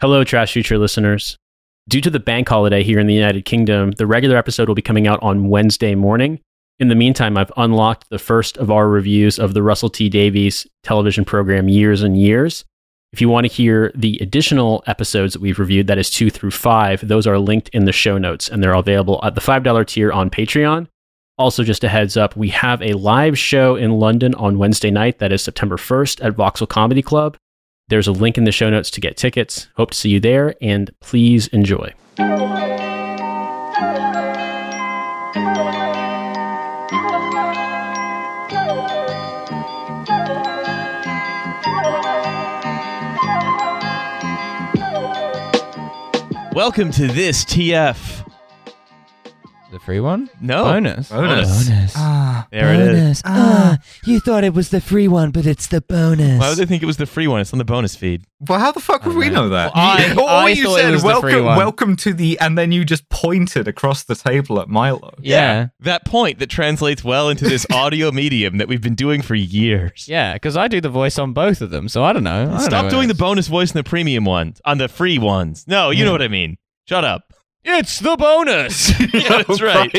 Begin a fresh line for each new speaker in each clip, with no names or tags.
Hello, Trash Future listeners. Due to the bank holiday here in the United Kingdom, the regular episode will be coming out on Wednesday morning. In the meantime, I've unlocked the first of our reviews of the Russell T Davies television program Years and Years. If you want to hear the additional episodes that we've reviewed, that is two through five, those are linked in the show notes and they're available at the $5 tier on Patreon. Also, just a heads up, we have a live show in London on Wednesday night, that is September 1st at Vauxhall Comedy Club. There's a link in the show notes to get tickets. Hope to see you there and please enjoy.
Welcome to this TF.
The free one?
No.
Bonus.
Bonus.
Ah,
There it is.
bonus. Ah, you thought it was the free one, but it's the bonus.
Why would they think it was the free one? It's on the bonus feed.
Well, how the fuck would we know that?
Well, I-
You- all
I
you
thought it
said,
was the free
welcome,
one."
welcome to the, and then you just pointed across the table at Milo.
Yeah.
That point that translates well into this audio medium that we've been doing for years.
Yeah, because I do the voice on both of them, so I don't know. I don't know
Stop
what
doing
it
the
is.
bonus voice and the premium ones on the free ones. No, you know what I mean. Shut up.
It's the bonus.
Yeah, that's right.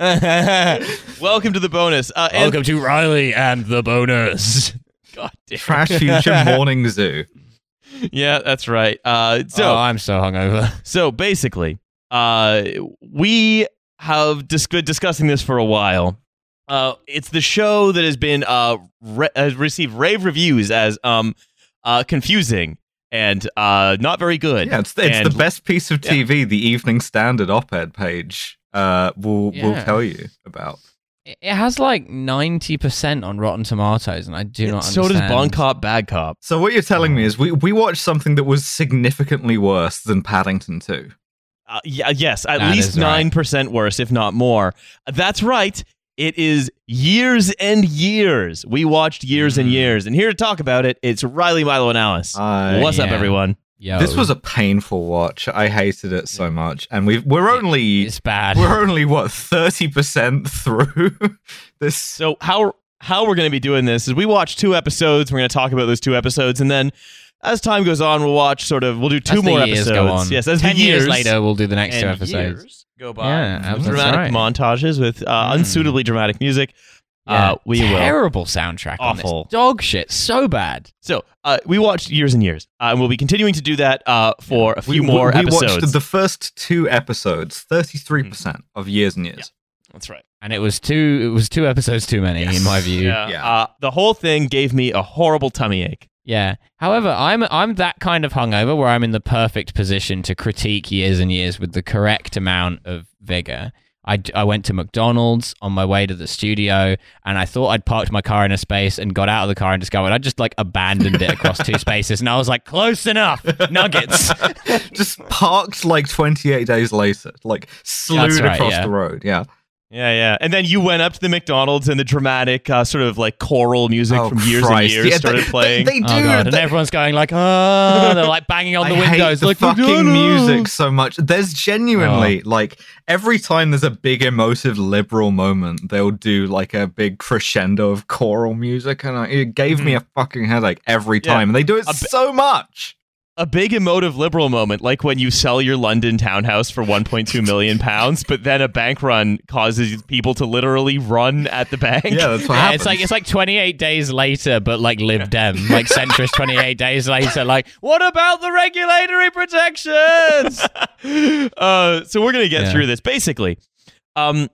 Welcome
Welcome to the bonus. Uh, and-
to Riley and the bonus.
God damn.
Trash Future Morning Zoo.
Yeah, that's right. Uh, so
oh, I'm so hungover.
So basically, uh, we have dis- been discussing this for a while. Uh, it's the show that has been uh, re- has received rave reviews as um, uh, confusing and uh, not very good.
Yeah, it's, it's
And-
the best piece of
yeah.
TV the Evening Standard op ed page uh, will, will
Yeah.
tell you about.
It it has like 90% on Rotten Tomatoes, and I do
And
not
so
understand.
does Bon Cop Bad Cop.
So, what you're telling
Mm.
me is we, we watched something that was significantly worse than Paddington 2.
Uh, yeah, yes, at
That
least
is right.
nine percent worse, if not more. That's right. It is years and years. We watched years and
Mm.
years, and here to talk about it, it's Riley, Milo, and Alice.
I-
What's up,
Uh, Yeah.
everyone?
Yo,
This was a painful watch. I hated it so much. And we've, we're
It-
only.
It's bad.
we're only what 30% through this
So how how we're going to be doing this is we watch two episodes. We're going to talk about those two episodes, and then as time goes on, we'll watch sort of we'll do two
As the
more
years
episodes.
Go on.
Yes, as
Ten
the years,
years later, we'll do the next two
and
episodes.
years go by.
Yeah,
with
that's
dramatic
right.
montages with uh,
Mm.
unsuitably dramatic music.
Yeah.
Uh, we will.
Terrible soundtrack. On
Awful.
this. Dog shit. So bad.
So uh, we watched years and years, uh, and we'll be continuing to do that uh, for a few
we,
more
we
episodes. Mm.
watched the first two episodes 33% of years and years
that's right.
And it was two. It was two episodes too many, in my view.
Yeah.
Yeah.
Uh, the whole thing gave me a horrible tummy ache.
Yeah. However, I'm I'm that kind of hungover where I'm in the perfect position to critique years and years with the correct amount of vigor. I, d- I went to McDonald's on my way to the studio, and I thought I'd parked my car in a space and got out of the car and discovered I just like abandoned it across two spaces, and I was like, close enough, nuggets. Oh,
just parked like 28 days later like slewed
right,
across
yeah.
the road yeah
Yeah, yeah. And then you went up to the McDonald's and the dramatic uh, sort of like choral music
Oh,
from years
Christ.
and years
Yeah, they-
started
they-
playing.
they, do
oh god! And
they-
everyone's going like, oh, they're like banging on the
I
windows,
hate the
like
fucking
"McDonald's!"
music so much. There's genuinely
Oh.
like every time there's a big emotive liberal moment, they'll do like a big crescendo of choral music, and I, it gave me a fucking headache every
Mm-hmm. Yeah.
time. And they do it
A bi-
so much.
a big emotive liberal moment, like when you sell your London townhouse for 1.2 million pounds, but then a bank run causes people to literally run at the bank.
Yeah, that's what
Yeah,
happens.
it's like it's like 28 days later, but like Lib Dem, like centrist 28 days later. Like, what about the regulatory protections?
uh, so we're gonna get
Yeah.
through this. Basically, um,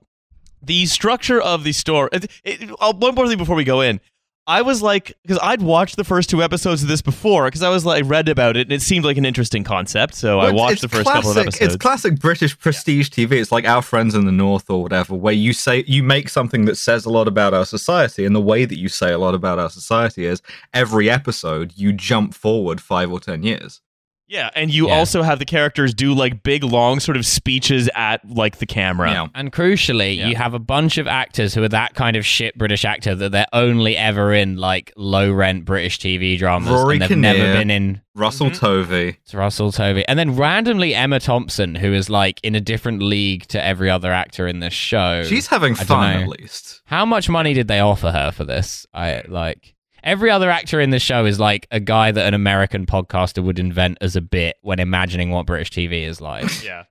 the structure of the store. It, it, uh, one more thing before we go in. I was like, because I'd watched the first two episodes of this before, because I was like, I read about it and it seemed like an interesting concept. So I
Well, it's-
watched
it's
the first couple of
classic-
episodes.
It's classic British prestige TV. It's like Our Friends in the North or whatever, where you say you make something that says a lot about our society, and the way that you say a lot about our society is every episode you jump forward five or ten years.
yeah, and you
Yeah.
also have the characters do like big, long sort of speeches at like the camera.
Yeah.
And crucially,
Yeah.
you have a bunch of actors who are that kind of shit British actor that they're only ever in like low rent British TV dramas,
Rory
and they've
Kinnear.
never been in
Russell
Mhm.
Tovey.
to Russell Tovey, and then randomly Emma Thompson, who is like in a different league to every other actor in this show.
She's having
I don't
fun
know.
at least.
How much money did they offer her for this? I like. Every other actor in the show is like a guy that an American podcaster would invent as a bit when imagining what British TV is like.
Yeah.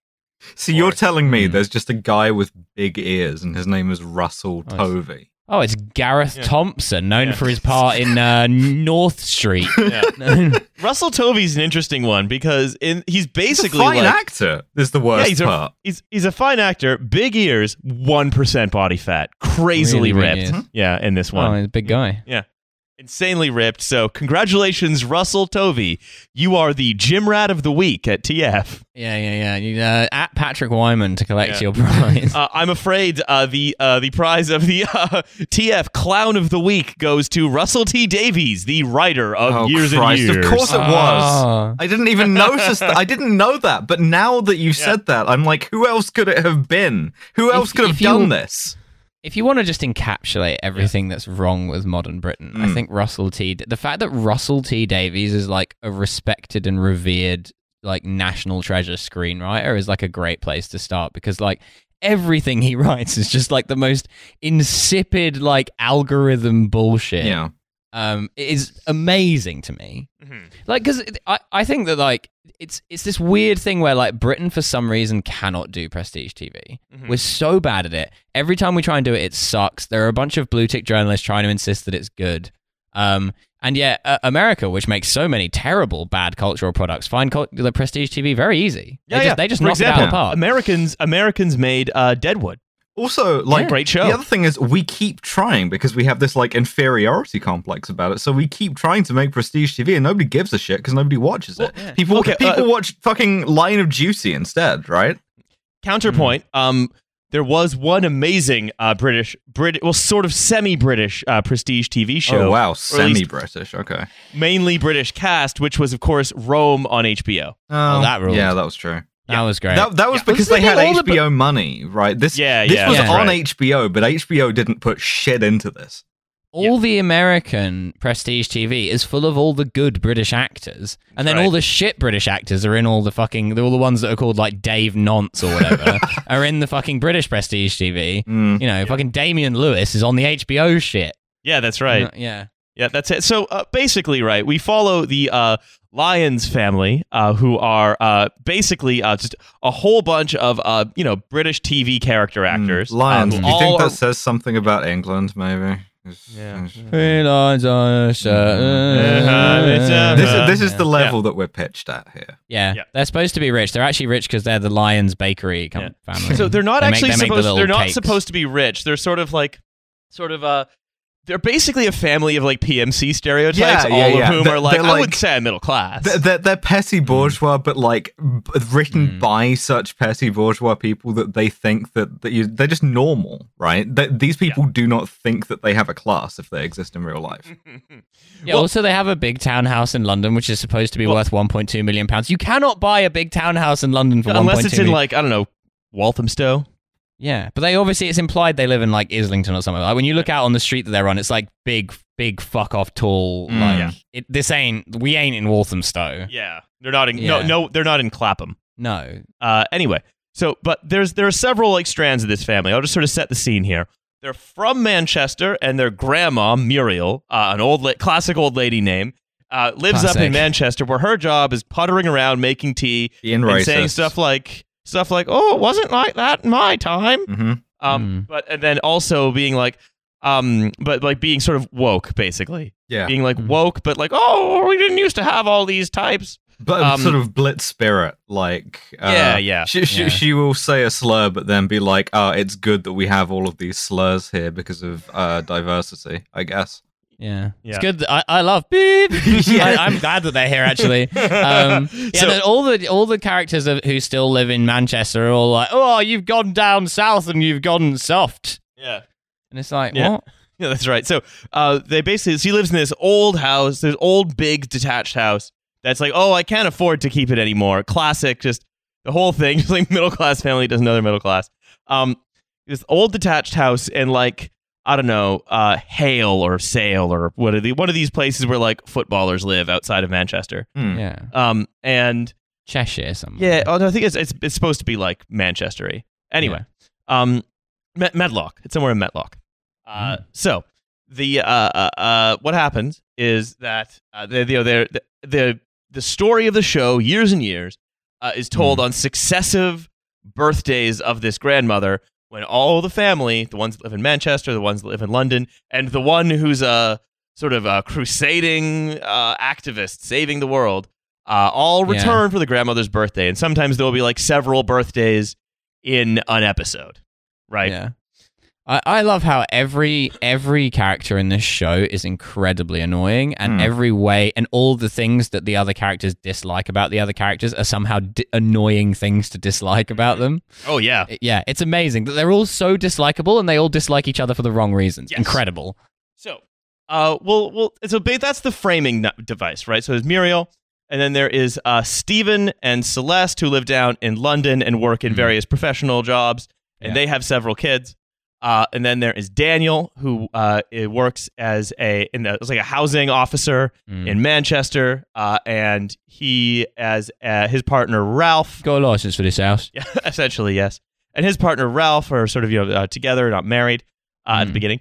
So you're
Or-
telling me
Hmm.
there's just a guy with big ears, and his name is Russell
Nice.
Tovey.
Oh, it's Gareth
Yeah.
Thompson, known
Yeah.
for his part in uh, North Street.
Yeah. Russell Tovey's an interesting one because in he's basically
he's a fine
like,
actor is the worst
Yeah, he's a-
part.
He's he's a fine actor, big ears, one percent body fat, crazily
Really big
ripped.
ears.
Yeah, in this one,
Oh, he's a big guy.
insanely ripped. So congratulations, Russell Tovey, you are the gym rat of the week at TF.
Yeah, yeah, yeah. You, uh, at Patrick Wyman to collect
Yeah.
your prize.
Uh, I'm afraid uh, the uh, the prize of the uh, TF Clown of the Week goes to Russell T Davies, the writer of
Oh,
Years
Christ,
and
of
Years.
course it was.
Oh.
I didn't even notice that. I didn't know that. But now that you've
Yeah.
said that, I'm like, who else could it have been? Who
If-
else could have
if you-
done this?
If you want to just encapsulate everything that's wrong with modern Britain, I
Mm.
think Russell T. The fact that Russell T. Davies is like a respected and revered, like national treasure screenwriter is like a great place to start because like everything he writes is just like the most insipid, like algorithm bullshit.
Yeah.
um, it is amazing to me.
Mhm.
Like, because I, I think that like it's it's this weird thing where like Britain for some reason cannot do prestige TV.
Mhm.
We're so bad at it. Every time we try and do it, it sucks. There are a bunch of blue tick journalists trying to insist that it's good. Um, and yet uh, America, which makes so many terrible bad cultural products, find cult- the prestige TV very easy.
Yeah,
they
yeah.
just they just
For
knock it out
example,
of the park.
Americans Americans made uh, Deadwood,
Also, like,
great show.
the other thing is we keep trying because we have this, like, inferiority complex about it. So we keep trying to make prestige TV and nobody gives a shit because nobody watches it.
yeah.
People,
Okay, uh, Oh,
people watch fucking Line of Duty instead, right?
Counterpoint.
Mm-hmm.
Um, there was one amazing uh, British, Brit, well, sort of semi-British uh, prestige TV show.
Oh, wow.
Or at least
Semi British. Okay.
Mainly British cast, which was of course Rome on HBO.
Oh,
that rules.
Yeah, that was true.
that was great.
That, that was
Yeah.
because
Wasn't
they had
it all
HBO money, right? This
Yeah,
this
yeah,
was
that's
on
right.
HBO, but HBO didn't put shit into this.
all the American prestige TV is full of all the good British actors, and then
Right.
all the shit British actors are in all the fucking all the ones that are called like Dave Nonce or whatever are in the fucking British prestige TV.
Mm.
You know, fucking Damian Lewis is on the HBO shit. Uh,
Yeah, that's right.
Yeah.
Yeah, that's it. So uh, basically, right, we follow the uh, Lyons family, uh, who are uh, basically uh, just a whole bunch of uh, you know British TV character actors.
Mm. Lions.
Um,
Do you
all
think
are-
that says something about England, maybe?
Yeah.
This,
Uh,
is, this is
yeah.
the level that we're pitched at here.
Yeah.
Yeah.
they're supposed to be rich. They're actually rich because they're the Lions Bakery com-
Yeah.
family.
So they're not
They make-
actually
they make the
supposed.
little
they're not
cakes.
supposed to be rich. They're sort of like, sort of uh, they're basically a family of like PMC stereotypes,
Yeah,
all
yeah,
of
yeah.
whom
They're-
are like,
they're
I
like-
would say I'm middle class.
They're, they're, they're petty
Mm.
bourgeois, but like b- written
Mm.
by such petty bourgeois people that they think that, that you, they're just normal, right? That these people do not think that they have a class if they exist in real life.
Yeah, also they have a big townhouse in London, which is supposed to be
Well-
worth 1.2 million pounds. You cannot buy a big townhouse in London for
Unless
1.2
it's in
million.
like I don't know Walthamstow.
yeah, but they obviously it's implied they live in like Islington or something. Like when you look out on the street that they're on, it's like big, big fuck off tall.
Mm.
like
Yeah.
it, this ain't we ain't in Walthamstow.
Yeah, they're not in.
Yeah.
No, no, they're not in Clapham.
No,
Uh, anyway, so but there's there are several like strands of this family. I'll just sort of set the scene here. They're from Manchester, and their grandma Muriel, uh, an old la- classic old lady name, uh, lives up
Classic.
in Manchester, where her job is puttering around making tea
Ian
and
racist.
saying stuff like stuff like, "Oh, it wasn't like that in my time."
Mhm.
Um, but and then also being like, um, but like being sort of woke, basically
Yeah.
being like
Mhm.
woke, but like, oh, we didn't used to have all these types.
But
Um,
sort of blitz spirit, like uh,
Yeah, yeah,
She, she,
yeah.
she will say a slur, but then be like, "Oh, it's good that we have all of these slurs here because of uh, diversity." I guess.
yeah.
Yeah.
it's good. that- I I love beep. I, I'm glad that they're here actually. Um, yeah,
So-
that all the all the characters of, who still live in Manchester are all like, oh, you've gone down south and you've gone soft,
yeah.
and it's like,
Yeah.
what?
Yeah, that's right. So uh, they basically she lives in this old house, this old big detached house that's like, oh, I can't afford to keep it anymore. Classic, just the whole thing, just like middle class family does another middle class. Um, this old detached house and like I don't know, uh, Hale or Sale or what are the one of these places where like footballers live outside of Manchester.
Hmm.
Yeah,
Um, and
Cheshire somewhere.
yeah, oh, although I think it's it's, it's supposed to be like Manchestery. Anyway, um, Met- Medlock. It's somewhere in Metlock. Uh, So the uh, uh, uh, what happens is that uh, the, the, the the the story of the show years and years uh, is told on successive birthdays of this grandmother when all the family the ones that live in Manchester the ones that live in London and the one who's a sort of a crusading uh, activist saving the world uh, all
Yeah.
return for the grandmother's birthday and sometimes there'll be like several birthdays in an episode right
Yeah. I, I love how every every character in this show is incredibly annoying, and
Hmm.
every way and all the things that the other characters dislike about the other characters are somehow di- annoying things to dislike about them.
oh yeah
It- yeah, it's amazing that they're all so dislikable and they all dislike each other for the wrong reasons.
Yes.
Incredible.
So, uh, well, well, so ba- that's the framing n- device, right? So there's Muriel, and then there is uh, Stephen and Celeste who live down in London and work in
Mhm.
various professional jobs, and
Yeah.
they have several kids. Uh, and then there is Daniel who uh, it works as a in the, it's like a housing officer
Mm.
in Manchester, uh, and he as uh, his partner Ralph
Got a license for this house.
yeah, essentially, yes. And his partner Ralph are sort of you know uh, together, not married uh,
Hmm.
at the
Mm.
beginning.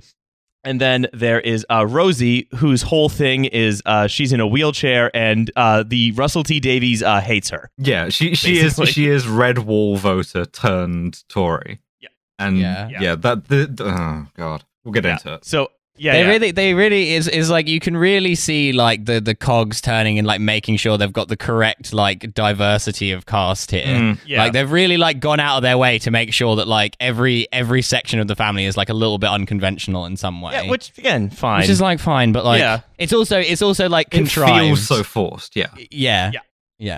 And then there is uh, Rosie, whose whole thing is uh, she's in a wheelchair, and uh, the Russell T Davies uh, hates her.
Yeah, she she
Basically.
is she is red wall voter turned Tory.
Yeah.
and
Yeah.
yeah, that the, the- oh god, we'll get into it.
So yeah,
they
yeah.
really, they really is is like you can really see like the the cogs turning and like making sure they've got the correct like diversity of cast here.
Mm.
yeah.
Like they've really like gone out of their way to make sure that like every every section of the family is like a little bit unconventional in some way.
yeah, which again, fine.
Which is like fine, but like
Yeah.
it's also it's also like
It
contrived.
feels so forced. Yeah,
yeah.
Yeah.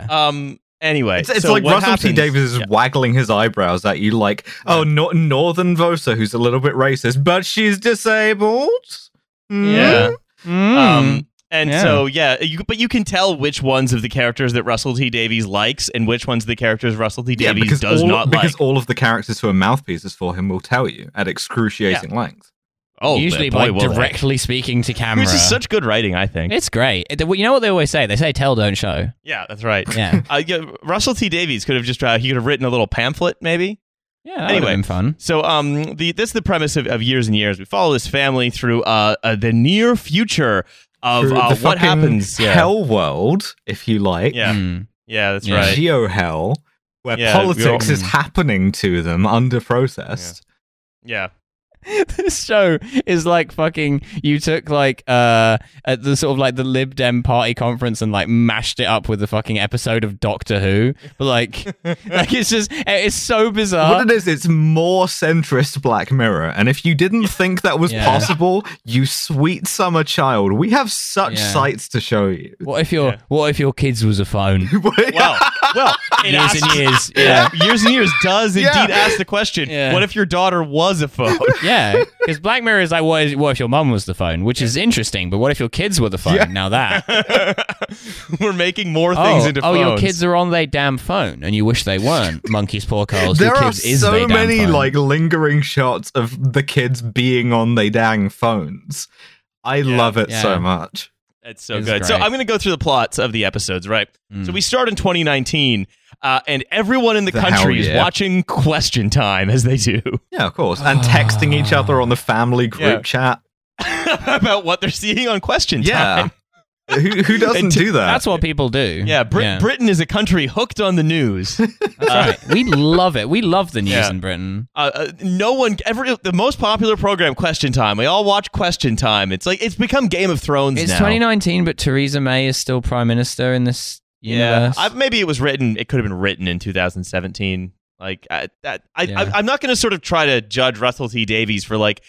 Yeah.
um. Anyway,
it's, it's
so
like
what
Russell T
happens-
Davies is
Yeah.
waggling his eyebrows at you, like, "Oh, nor northern voter who's a little bit racist, but she's disabled." Hmm?
Yeah.
Mm.
Um, and
Yeah.
so yeah, you, but you can tell which ones of the characters that Russell T Davies likes and which ones of the characters Russell T
Yeah,
Davies
because
does
all,
not
because
like.
all of the characters who are mouthpieces for him will tell you at excruciating length.
Oh,
usually
boy,
by
will they.
directly speaking to camera.
Which is such good writing, I think.
it's great. It- You know what they always say? They say tell, don't show.
Yeah, that's right.
Yeah.
Uh, yeah, Russell T Davies could have just uh, he could have written a little pamphlet, maybe.
yeah. That anyway,
Anyway.
been fun.
So, um, the this is the premise of, of years and years. We follow this family through uh, uh the near future of
Through
uh,
the
what
fucking
happens. Yeah,
Hell world, if you like.
yeah,
Mm.
yeah, that's
Yeah.
right.
Geo hell, where
Yeah,
politics
we're-
is happening to them under protest.
Yeah,
this show is like fucking you took like uh at the sort of like the lib dem party conference and like mashed it up with the fucking episode of doctor who but like like it's just it's so bizarre
What it is, it's more centrist Black Mirror. And if you didn't think that was
Yeah.
possible, you sweet summer child, we have such
Yeah.
sights to show you.
what if your
Yeah.
what if your kids was a phone
well, well, it
years
asks-
and years
yeah,
yeah
years and years does
Yeah.
indeed ask the question:
Yeah.
What if your daughter was a phone?
yeah because black mirror is like what, is, what if your mum was the phone which is interesting but what if your kids were the phone
Yeah.
now that
We're making more things
Oh,
into
oh,
phones.
your kids are on their damn phone, and you wish they weren't. Monkey's poor Carl's.
there
your
are
kids is they
so
damn
many
phone.
like lingering shots of the kids being on they dang phones. I
Yeah.
love it
Yeah.
so much.
That's so
It's
good. So
great.
I'm going to go through the plots of the episodes, right?
Mm.
So we start in 2019, uh, and everyone in the,
The
country
hell
is
yeah.
watching Question Time as they do
Yeah, of course. And texting each other on the family group
Yeah.
chat.
about what they're seeing on Question
Yeah.
Time.
who, who doesn't
t-
do that?
That's what people do.
Uh, Yeah, Brit-
yeah.
Britain is a country hooked on the news. uh,
That's right. we love it. We love the news
Yeah.
in Britain.
uh, no one, every the most popular program, Question Time. We all watch Question Time. It's like it's become Game of Thrones
It's
now.
2019, but Theresa May is still prime minister in this
Yeah,
universe.
I, maybe it was written. It could have been written in 2017. Like I, that, I,
Yeah.
I, I'm not going to sort of try to judge Russell T Davies for like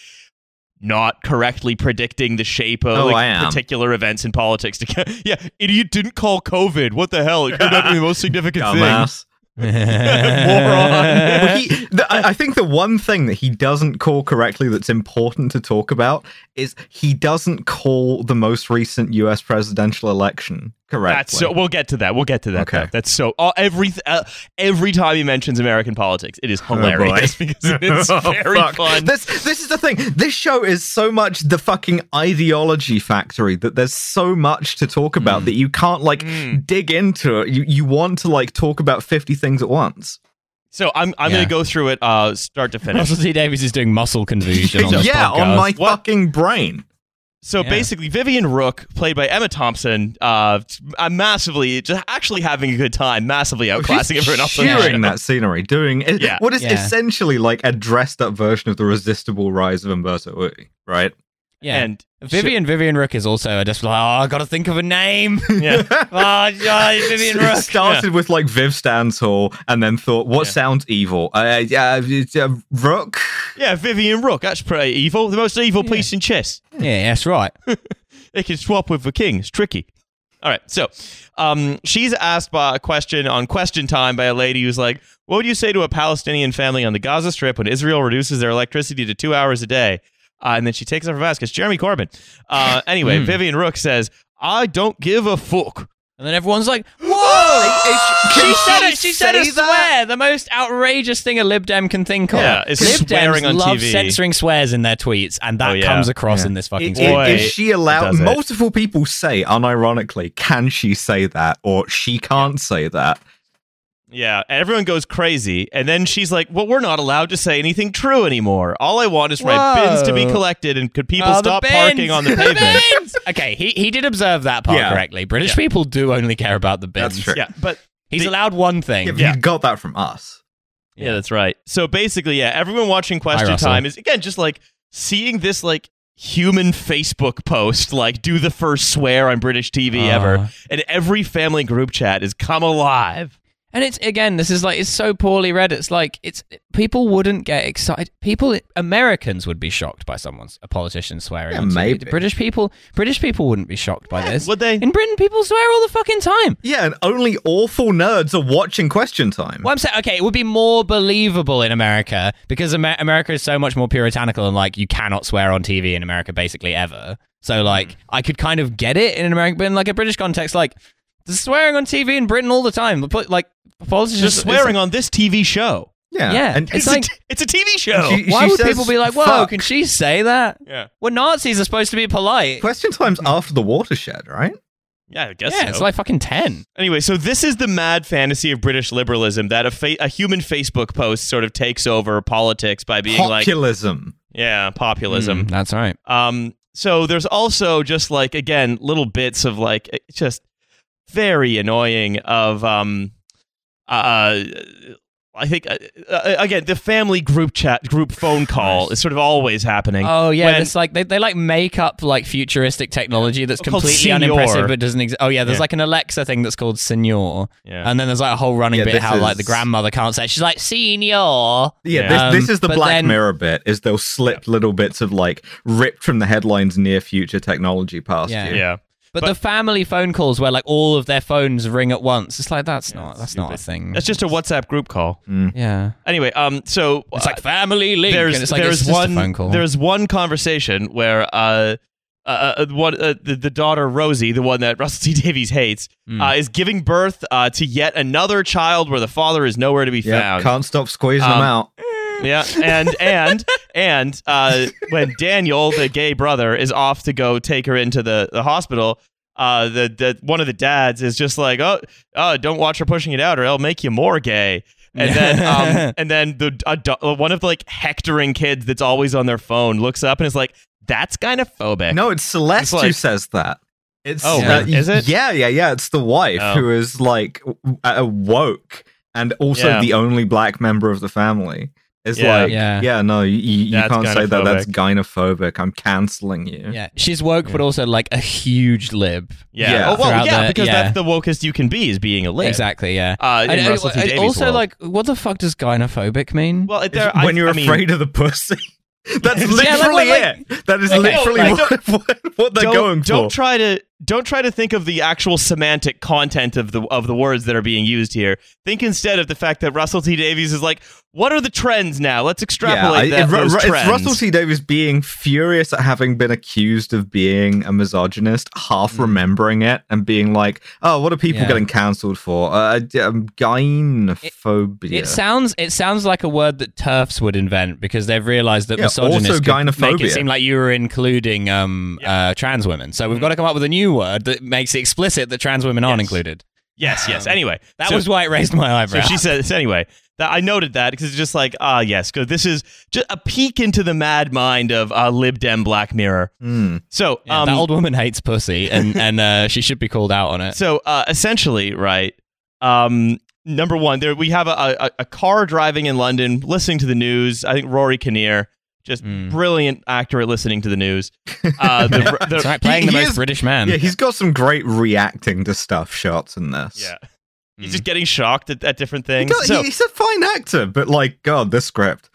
not correctly predicting the shape of
Oh,
like,
I am.
particular events in politics. To, yeah, idiot didn't call COVID. What the hell? It could have been the most significant thing.
Dumbass. Well, he, the, I I think the one thing that he doesn't call correctly that's important to talk about is he doesn't call the most recent U.S. presidential election correctly.
That's so. We'll get to that. We'll get to that.
Okay.
though. That's so. Oh, every uh, every time he mentions American politics, it is
Oh, boy.
hilarious because it's
Oh,
very
fuck.
fun.
This this is the thing. This show is so much the fucking ideology factory that there's so much to talk about
Hmm.
that you can't like
Mm.
dig into it. You you want to like talk about fifty things at once.
So I'm I'm
Yeah.
gonna go through it uh, start to finish.
Russell T Davies is doing muscle confusion on this
yeah,
podcast.
on my
What-
fucking brain.
So
Yeah.
basically, Vivian Rook, played by Emma Thompson, uh, uh, massively, just actually having a good time, massively outclassing everyone else. on the show.
Shearing that scenery, doing it,
Yeah.
what is
Yeah.
essentially like a dressed up version of the resistible rise of Umberto Uri, right?
Yeah.
And
Vivian Vivian Rook is also just like, oh, I got to think of a name.
yeah,
oh, God, Vivian
It
Rook.
started with like Viv Stans Hall and then thought, what
Yeah.
sounds evil? Uh, yeah, it's, uh, Rook?
yeah, Vivian Rook, that's pretty evil. The most evil piece in chess.
Yeah, that's right.
They can swap with the king. It's tricky. All right, so um, she's asked by a question on Question Time by a lady who's like, "What would you say to a Palestinian family on the Gaza Strip when Israel reduces their electricity to two hours a day?" Uh, and then she takes off her mask. It's Jeremy Corbyn. Uh, anyway,
Hmm.
Vivian Rook says, "I don't give a fuck."
And then everyone's like, whoa!
Can
she said it. She said a
say that?
swear. The most outrageous thing a Lib Dem can think of.
Yeah, it's
Lib
swearing
Dems
on
love
TV.
censoring swears in their tweets, and that
Oh, yeah.
comes across
Yeah.
in this fucking.
It-
swear.
it-
Boy,
Is she allowed?
does it.
Multiple people say, unironically, can she say that or she can't say that?
Yeah, and everyone goes crazy. And then she's like, "Well, we're not allowed to say anything true anymore. All I want is for my
Whoa.
bins to be collected, and could people
Oh, the
stop
bins!
parking on the pavement?"
bins! okay, he, he did observe that part
Yeah.
correctly. British
Yeah.
people do only care about the bins.
That's true.
yeah, but
He's
The-
allowed one thing.
If
Yeah.
you got that from us.
Yeah, that's right. So basically, yeah, everyone watching Question
Russell.
Time is again just like seeing this like human Facebook post like do the first swear on British TV
Uh.
ever, and every family group chat is come alive.
And it's again, this is like it's so poorly read. It's like it's people wouldn't get excited. People, Americans would be shocked by someone's a politician swearing.
Yeah,
on TV.
maybe.
British people, British people wouldn't be shocked by this.
Would they?
In Britain, people swear all the fucking time.
Yeah, and only awful nerds are watching Question Time.
Well, I'm saying, okay, it would be more believable in America because Amer- America is so much more puritanical and like you cannot swear on TV in America basically ever. So
Hmm.
like I could kind of get it in an American, but in like a British context, like there's swearing on TV in Britain all the time. But like politicians
Just swearing on this TV show.
Yeah,
yeah,
and
It's,
it's like-
a, t- it's a TV show.
She-
Why would
says,
people be like, "Whoa,
"Fuck."
can she say that?"
yeah,
Well, Nazis are supposed to be polite.
Question Time's
Hmm.
after the watershed, right?
yeah, I guess
Yeah,
so.
it's like fucking ten.
Anyway, so this is the mad fantasy of British liberalism that a, fa- a human Facebook post sort of takes over politics by being like,
Populism.
yeah, populism.
Mm, that's right.
Um, so there's also just like again little bits of like it- just very annoying of um, uh, I think uh, uh, again the family group chat group phone call is sort of always happening.
Oh yeah,
When-
it's like they, they like make up like futuristic technology that's
Called
completely
Senor.
unimpressive but doesn't exist. Oh yeah, there's
Yeah.
like an Alexa thing that's called Senor,
yeah.
and then there's like a whole running
Yeah,
bit
this
how like
is-
the grandmother can't say. She's like Senor.
Yeah,
Yeah.
This, this
Um,
is the
but
Black
then-
Mirror bit. Is they'll slip little bits of like ripped from the headlines near future technology past
Yeah.
you.
yeah.
But,
But-
the family phone calls where like all of their phones ring at once. It's like that's not that's not a thing.
That's just a WhatsApp group call.
yeah.
Anyway, um, so
Mm. It's like family link.
there's
and it's like
there's
it's just
one
a phone call.
there's one conversation where uh, uh, uh one uh, the, the daughter Rosie, the one that Russell T Davies hates,
Mm.
uh, is giving birth uh, to yet another child where the father is nowhere to be
Yeah,
found.
can't stop squeezing
Um,
them out.
Yeah, and and and uh, when Daniel, the gay brother, is off to go take her into the, the hospital, uh, the the one of the dads is just like, oh, oh, don't watch her pushing it out, or it'll make you more gay. And then um, and then the adu- one of the, like hectoring kids that's always on their phone looks up and is like, that's gynophobic.
No, it's Celeste who
like-
says that. It's
Oh,
uh,
really? Is it?
Yeah, yeah, yeah. It's the wife
Oh.
who is like w- uh, woke and also
Yeah.
the only black member of the family. It's
Yeah.
like,
Yeah.
yeah, no, you, you
That's
can't say that. That's gynophobic. I'm canceling you.
yeah, she's woke, but also like a huge lib.
yeah,
Yeah.
Oh, well,
Throughout
yeah,
the-
because
yeah.
that's the wokest you can be is being a lib.
Exactly. Yeah.
Uh, in
And- and-
Russell T
and
Davies'
also,
world.
like, what the fuck does gynophobic mean?
well, it-
It's
there, I-
when you're
I mean-
afraid of the pussy. That's
Yeah, like,
literally
like-
it. That is
like,
literally
like,
what, what, what they're
don't,
going for.
don't try to don't try to think of the actual semantic content of the of the words that are being used here. Think instead of the fact that Russell T Davies is like, what are the trends now? Let's extrapolate
I-
that,
it- Ru-
those
Ru-
trends.
It's Russell T Davies being furious at having been accused of being a misogynist,
Hmm.
half remembering it and being like, "Oh, what are people
Yeah.
getting cancelled for? Uh, d- um, gynophobia."
It sounds it sounds like a word that turfs would invent because they've realised that
Yeah,
misogynists
also
could make
gynophobia.
it seem like you were including um, uh, trans women. So we've got to come up with a new word that makes it explicit that trans women aren't
Mm. Yes.
included.
Yes, yes.
Um,
Anyway,
That
so-
was why it raised my
So
eyebrow.
she says anyway. That I noted that because it's just like ah yes, because this is just a peek into the mad mind of uh, Lib Dem Black Mirror.
Hmm.
So
Yeah,
um,
that old woman hates pussy, and and uh, she should be called out on it.
So uh, essentially, right? Um, number one, there we have a, a, a car driving in London, listening to the news. I think Rory Kinnear, just
Mm.
brilliant actor at listening to the news. Uh, the, the,
That's right, playing the
he
most
is-
British man.
Yeah, he's got some great reacting to stuff shots in this.
yeah, he's
Mm.
just getting shocked at, at different
He
things.
does-
so,
he's a fine actor, but like, God, this script.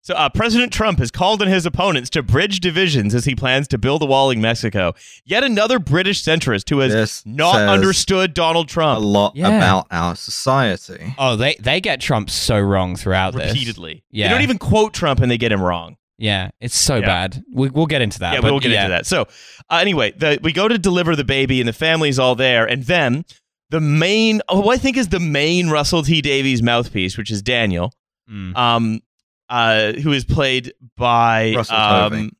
so uh, President Trump has called on his opponents to bridge divisions as he plans to build a wall in Mexico. Yet another British centrist who has
This
not
says
understood Donald
a
Trump
lot
Yeah.
about our society.
Oh, they they get Trump so wrong throughout this.
repeatedly.
Yeah.
They don't even quote Trump, and they get him wrong.
Yeah, it's so
Yeah.
bad. We, we'll get into that.
yeah,
but
we'll get
yeah.
into that. So, uh, anyway, the, we go to deliver the baby, and the family's all there, and then the main, oh, what I think is the main Russell T Davies mouthpiece, which is Daniel,
Mm.
um, uh, who is played by
Russell
um,
Tovey.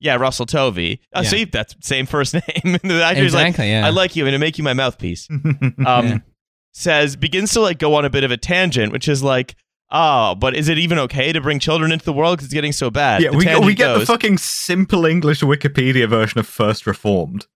yeah, Russell Tovey. Uh,
Yeah.
See, that's same first name. and the actor's like,
Exactly. yeah.
I like you, and I make you my mouthpiece um,
Yeah.
says begins to like go on a bit of a tangent, which is like, oh, but is it even okay to bring children into the world because it's getting so bad?
yeah,
The
we, get- we
tangent
get the
goes-
fucking simple English Wikipedia version of First Reformed.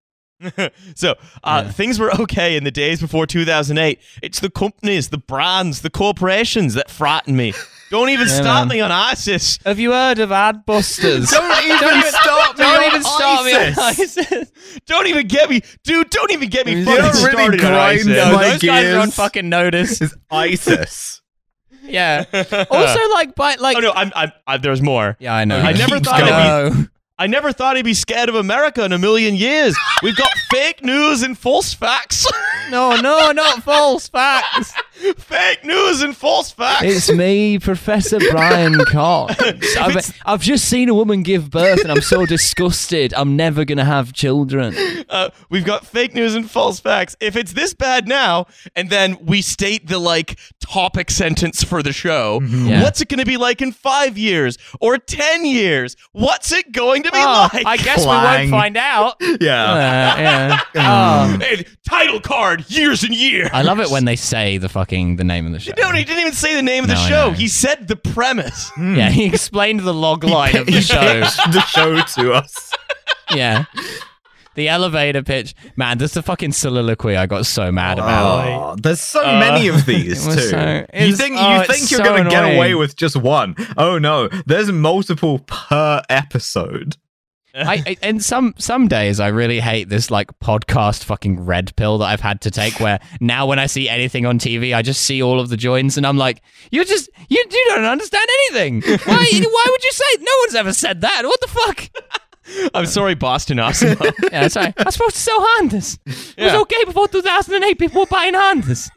so uh,
Yeah.
things were okay in the days before 2008. It's the companies, the brands, the corporations that frighten me. Don't even
Yeah,
start
man.
me on ISIS.
Have you heard of Adbusters?
Don't even stop me
Don't
on
even start me on
ISIS.
ISIS.
Don't even get me, dude. Don't even get me
You
fucking
don't
really
started on
grind
ISIS.
them.
No,
My
those guys are on
gears.
fucking notice.
It's ISIS.
Yeah. Also, like, by like.
oh no, I'm, I'm, i there's more.
Yeah, I know.
I never
keeps
thought
going.
I'd be
No.
I never thought I'd be scared of America in a million years. We've got fake news and false facts.
No, no, not false facts.
fake news and false facts.
It's me, Professor Brian Cox. I've, I've just seen a woman give birth and I'm so disgusted. I'm never going to have children.
uh, we've got fake news and false facts. If it's this bad now, and then we state the like topic sentence for the show,
Mm-hmm. Yeah.
what's it going to be like in five years or ten years? What's it going to be
Oh,
like?
I guess we
Clang.
won't find out. Uh,
Yeah.
yeah. Oh.
And title card years and years.
I love it when they say the fucking the name of the show.
no, he didn't even say the name of
No,
the
I
show.
know.
He said the premise.
Yeah, he explained the log line of the show.
Pitched the show to us.
Yeah. The elevator pitch. Man, this is a fucking soliloquy I got so mad about.
Oh, there's so
uh,
many of these
it was
too.
so-
you
it's-
think you
oh, it's
think you're
so
gonna get away
annoying.
with just one? Oh no, there's multiple per episode.
I, I and some some days I really hate this like podcast fucking red pill that I've had to take where now when I see anything on TV I just see all of the joins and I'm like you just you, you don't understand anything why why would you say no one's ever said that what the fuck
I'm sorry, Boston Awesome.
yeah sorry I'm supposed to sell Hondas it was
Yeah.
okay before 2008 people were buying Hondas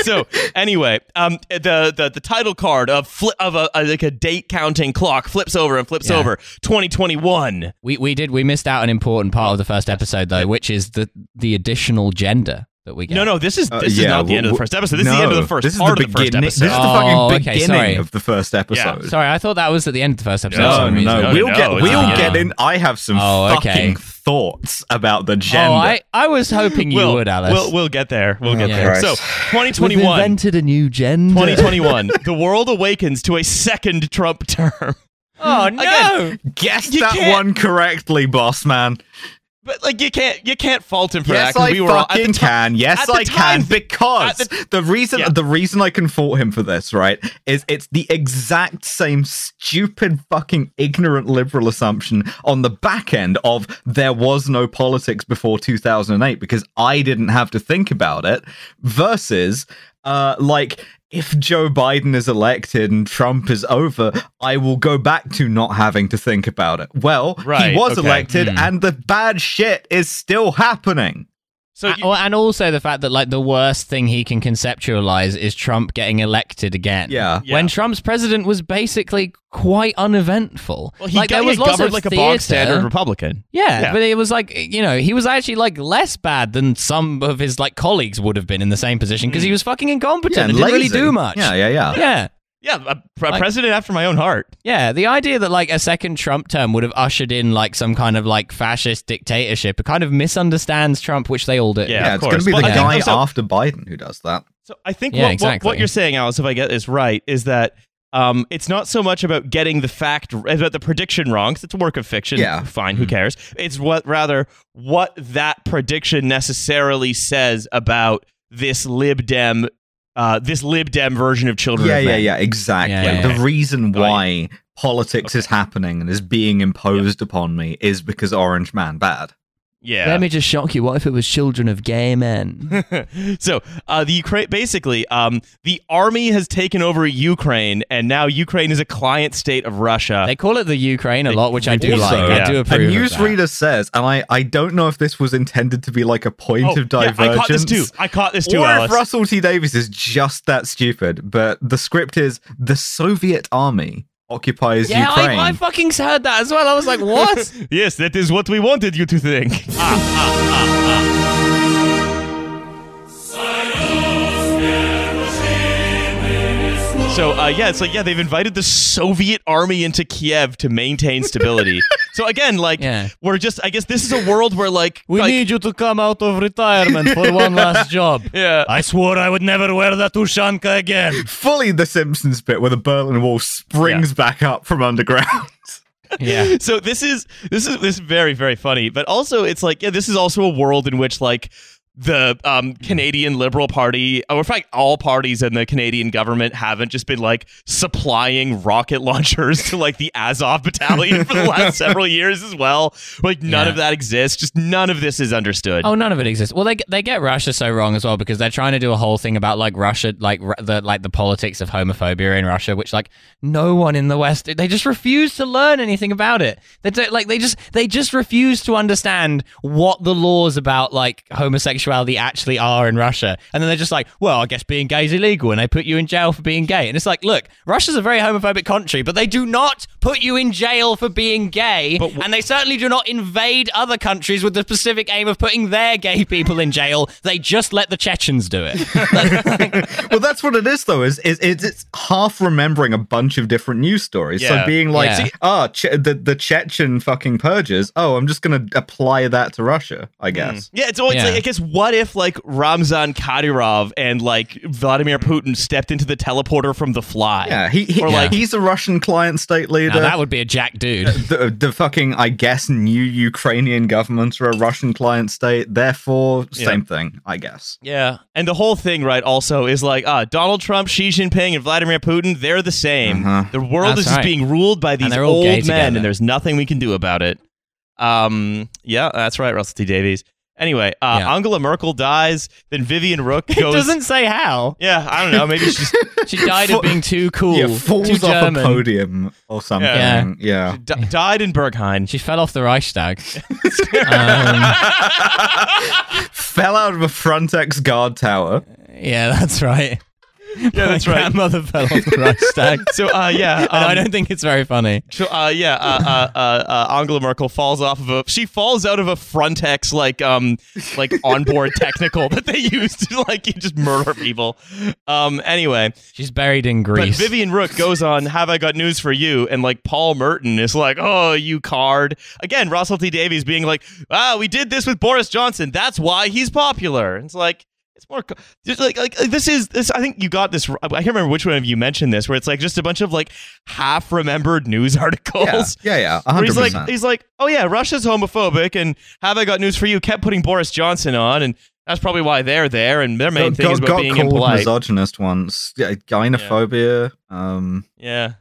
so anyway, um, the, the the title card of flip of a, a like a date counting clock flips over and flips
Yeah.
over 2021.
we we did we missed out an important part of the first episode though which is the the additional gender that we get
No, no, this is
Uh,
this is
yeah,
not the
w-
end of the
w-
first episode. This is the end of the first
This is
part
the
of the first
beginning. This is
episode.
the fucking
Oh, okay,
beginning
sorry.
of the first episode.
sorry I thought that was at the end of the first episode
No,
for some
No,
reason.
no,
no,
we'll
no,
get
it's
we'll
Oh, not.
get in. I have some
Oh, okay.
fucking thoughts about the gender.
Oh, I, I was hoping you would, Alice.
We'll, we'll get there. We'll get
Yeah.
there.
Christ.
So
We've
2021.
invented a new gender.
2021. the world awakens to a second Trump term.
Oh
Again.
Guessed
You
that
can't-
one correctly, boss man.
But like you can't you can't fault him for that
Yes,
'cause
I
we were all, at
fucking
the
can.
at
Yes,
the
I
time-
can. Because
at
the, reason
Yeah.
the reason I can fault him for this, right, is it's the exact same stupid fucking ignorant liberal assumption on the back end of there was no politics before 2008 because I didn't have to think about it versus uh like if Joe Biden is elected and Trump is over, I will go back to not having to think about it. Well,
Right,
he was
okay.
elected
Hmm.
and the bad shit is still happening.
so you-
well, oh, and also the fact that like the worst thing he can conceptualize is Trump getting elected again.
Yeah.
Yeah.
When Trump's president was basically quite uneventful.
well, he
like
got,
there was
he
lots
governed
of
like a
theater.
bog standard Republican.
Yeah,
Yeah.
but it was like eh, you know he was actually like less bad than some of his like colleagues would have been in the same position because he was fucking incompetent
Mm. Yeah,
and,
and
didn't really
lazy.
do much.
Yeah, yeah, yeah.
Yeah.
Yeah, a, a
Like-
president after my own heart.
Yeah, the idea that like a second Trump term would have ushered in like some kind of like fascist dictatorship, it kind of misunderstands Trump, which they all do.
Yeah,
Yeah,
of
it's going
course.
to be the
But I think
guy
also-
after Biden who does that.
So I think what,
Yeah,
what- what,
exactly.
you're saying, Alice, if I get this right, is that um, it's not so much about getting the fact about the prediction wrong. 'cause it's a work of fiction.
Yeah.
fine.
Mm-hmm.
Who cares? It's what rather what that prediction necessarily says about this Lib Dem, uh, this Lib Dem version of children.
Yeah,
of
yeah,
Men.
yeah, exactly.
Yeah, yeah,
The reason why politics
Okay.
is happening and is being imposed upon me is because Orange Man bad.
yeah.
Let me just shock you. What if it was children of gay men?
so uh, the Ukraine, basically, um, the army has taken over Ukraine, and now Ukraine is a client state of Russia.
they call it the Ukraine a lot, which I do
Also,
like. I
yeah.
do
A
approve. of that.
newsreader says, and I, I don't know if this was intended to be like a point
Oh,
of
yeah,
divergence.
I caught this too. I caught this too,
or
Alice.
if Russell T Davis is just that stupid, but the script is the Soviet army occupies
Yeah,
Ukraine.
I, I fucking heard that as well. I was like, what?
yes, that is what we wanted you to think. So uh, yeah, it's like yeah, they've invited the Soviet army into Kiev to maintain stability. so again, like
Yeah.
we're just, I guess this is a world where like
we
like-
need you to come out of retirement for one last job.
yeah,
I swore I would never wear that Ushanka again.
Fully the Simpsons bit where the Berlin Wall springs back up from underground.
Yeah.
so this is this is this is very very funny but also it's like yeah this is also a world in which like the um, Canadian Liberal Party, or in fact, all parties in the Canadian government haven't just been like supplying rocket launchers to like the Azov battalion for the last several years as well. Like, none
Yeah.
of that exists. Just none of this is understood.
Oh, none of it exists. Well, they they get Russia so wrong as well because they're trying to do a whole thing about like Russia, like Ru- the like the politics of homophobia in Russia, which like no one in the West they just refuse to learn anything about it. They don't, like they just they just refuse to understand what the laws about like homosexuality actually are in Russia, and then they're just like, well, I guess being gay is illegal, and they put you in jail for being gay, and it's like, look, Russia's a very homophobic country, but they do not put you in jail for being gay,
But wh-
and they certainly do not invade other countries with the specific aim of putting their gay people in jail. They just let the Chechens do it.
well, that's what it is, though. Is is, is it's half remembering a bunch of different news stories.
Yeah.
So being like,
Yeah.
ah, che- the the Chechen fucking purges. Oh, I'm just gonna apply that to Russia, I guess.
Yeah, it's always
Hmm. Yeah.
like I guess what if like Ramzan Kadyrov and like Vladimir Putin stepped into the teleporter from The Fly?
Yeah, he, he
Or like-
he's a Russian client state leader.
now that would be a jack dude.
the, the fucking, I guess, new Ukrainian governments are a Russian client state. Therefore,
Yeah.
same thing, I guess.
Yeah. And the whole thing, right, also is like uh, Donald Trump, Xi Jinping, and Vladimir Putin, they're the same.
Uh-huh.
The world
That's
is just
right.
being ruled by these
they're all
old
gay
men,
together.
and there's nothing we can do about it. Um, yeah, that's right, Russell T Davies. Anyway, uh,
Yeah.
Angela Merkel dies, then Vivian Rook goes.
It doesn't say how.
yeah, I don't know. Maybe she's
She died of being too cool.
yeah, falls
too
off
German.
a podium or something.
Yeah.
Yeah. yeah.
d- died in Berghain.
She fell off the Reichstag. um,
Fell out of a Frontex guard tower.
yeah, that's right.
Yeah, that's
My
right.
Grandmother fell off the Reichstag.
So, uh, yeah.
And Oh, I
um,
don't think it's very funny.
So, uh, yeah, uh, uh, uh, uh, Angela Merkel falls off of a. She falls out of a Frontex like um like onboard technical that they use to like you just murder people. Um, anyway,
She's buried in
but
Greece.
Vivian Rook goes on. Have I got news for you? And like Paul Merton is like, oh, you card again. Russell T Davies being like, ah, we did this with Boris Johnson. That's why he's popular. It's like. It's more co- just like like like, this is this. I think you got this. r- I can't remember which one of you mentioned this, where it's like just a bunch of like half remembered news articles.
Yeah, yeah, yeah.
Where
100%.
he's like, he's like, oh yeah, Russia's homophobic, and have I got news for you? Kept putting Boris Johnson on, and that's probably why they're there. And their main
got,
thing is about
got
being
called
impolite.
misogynist once. Yeah, gynophobia. Um,
yeah,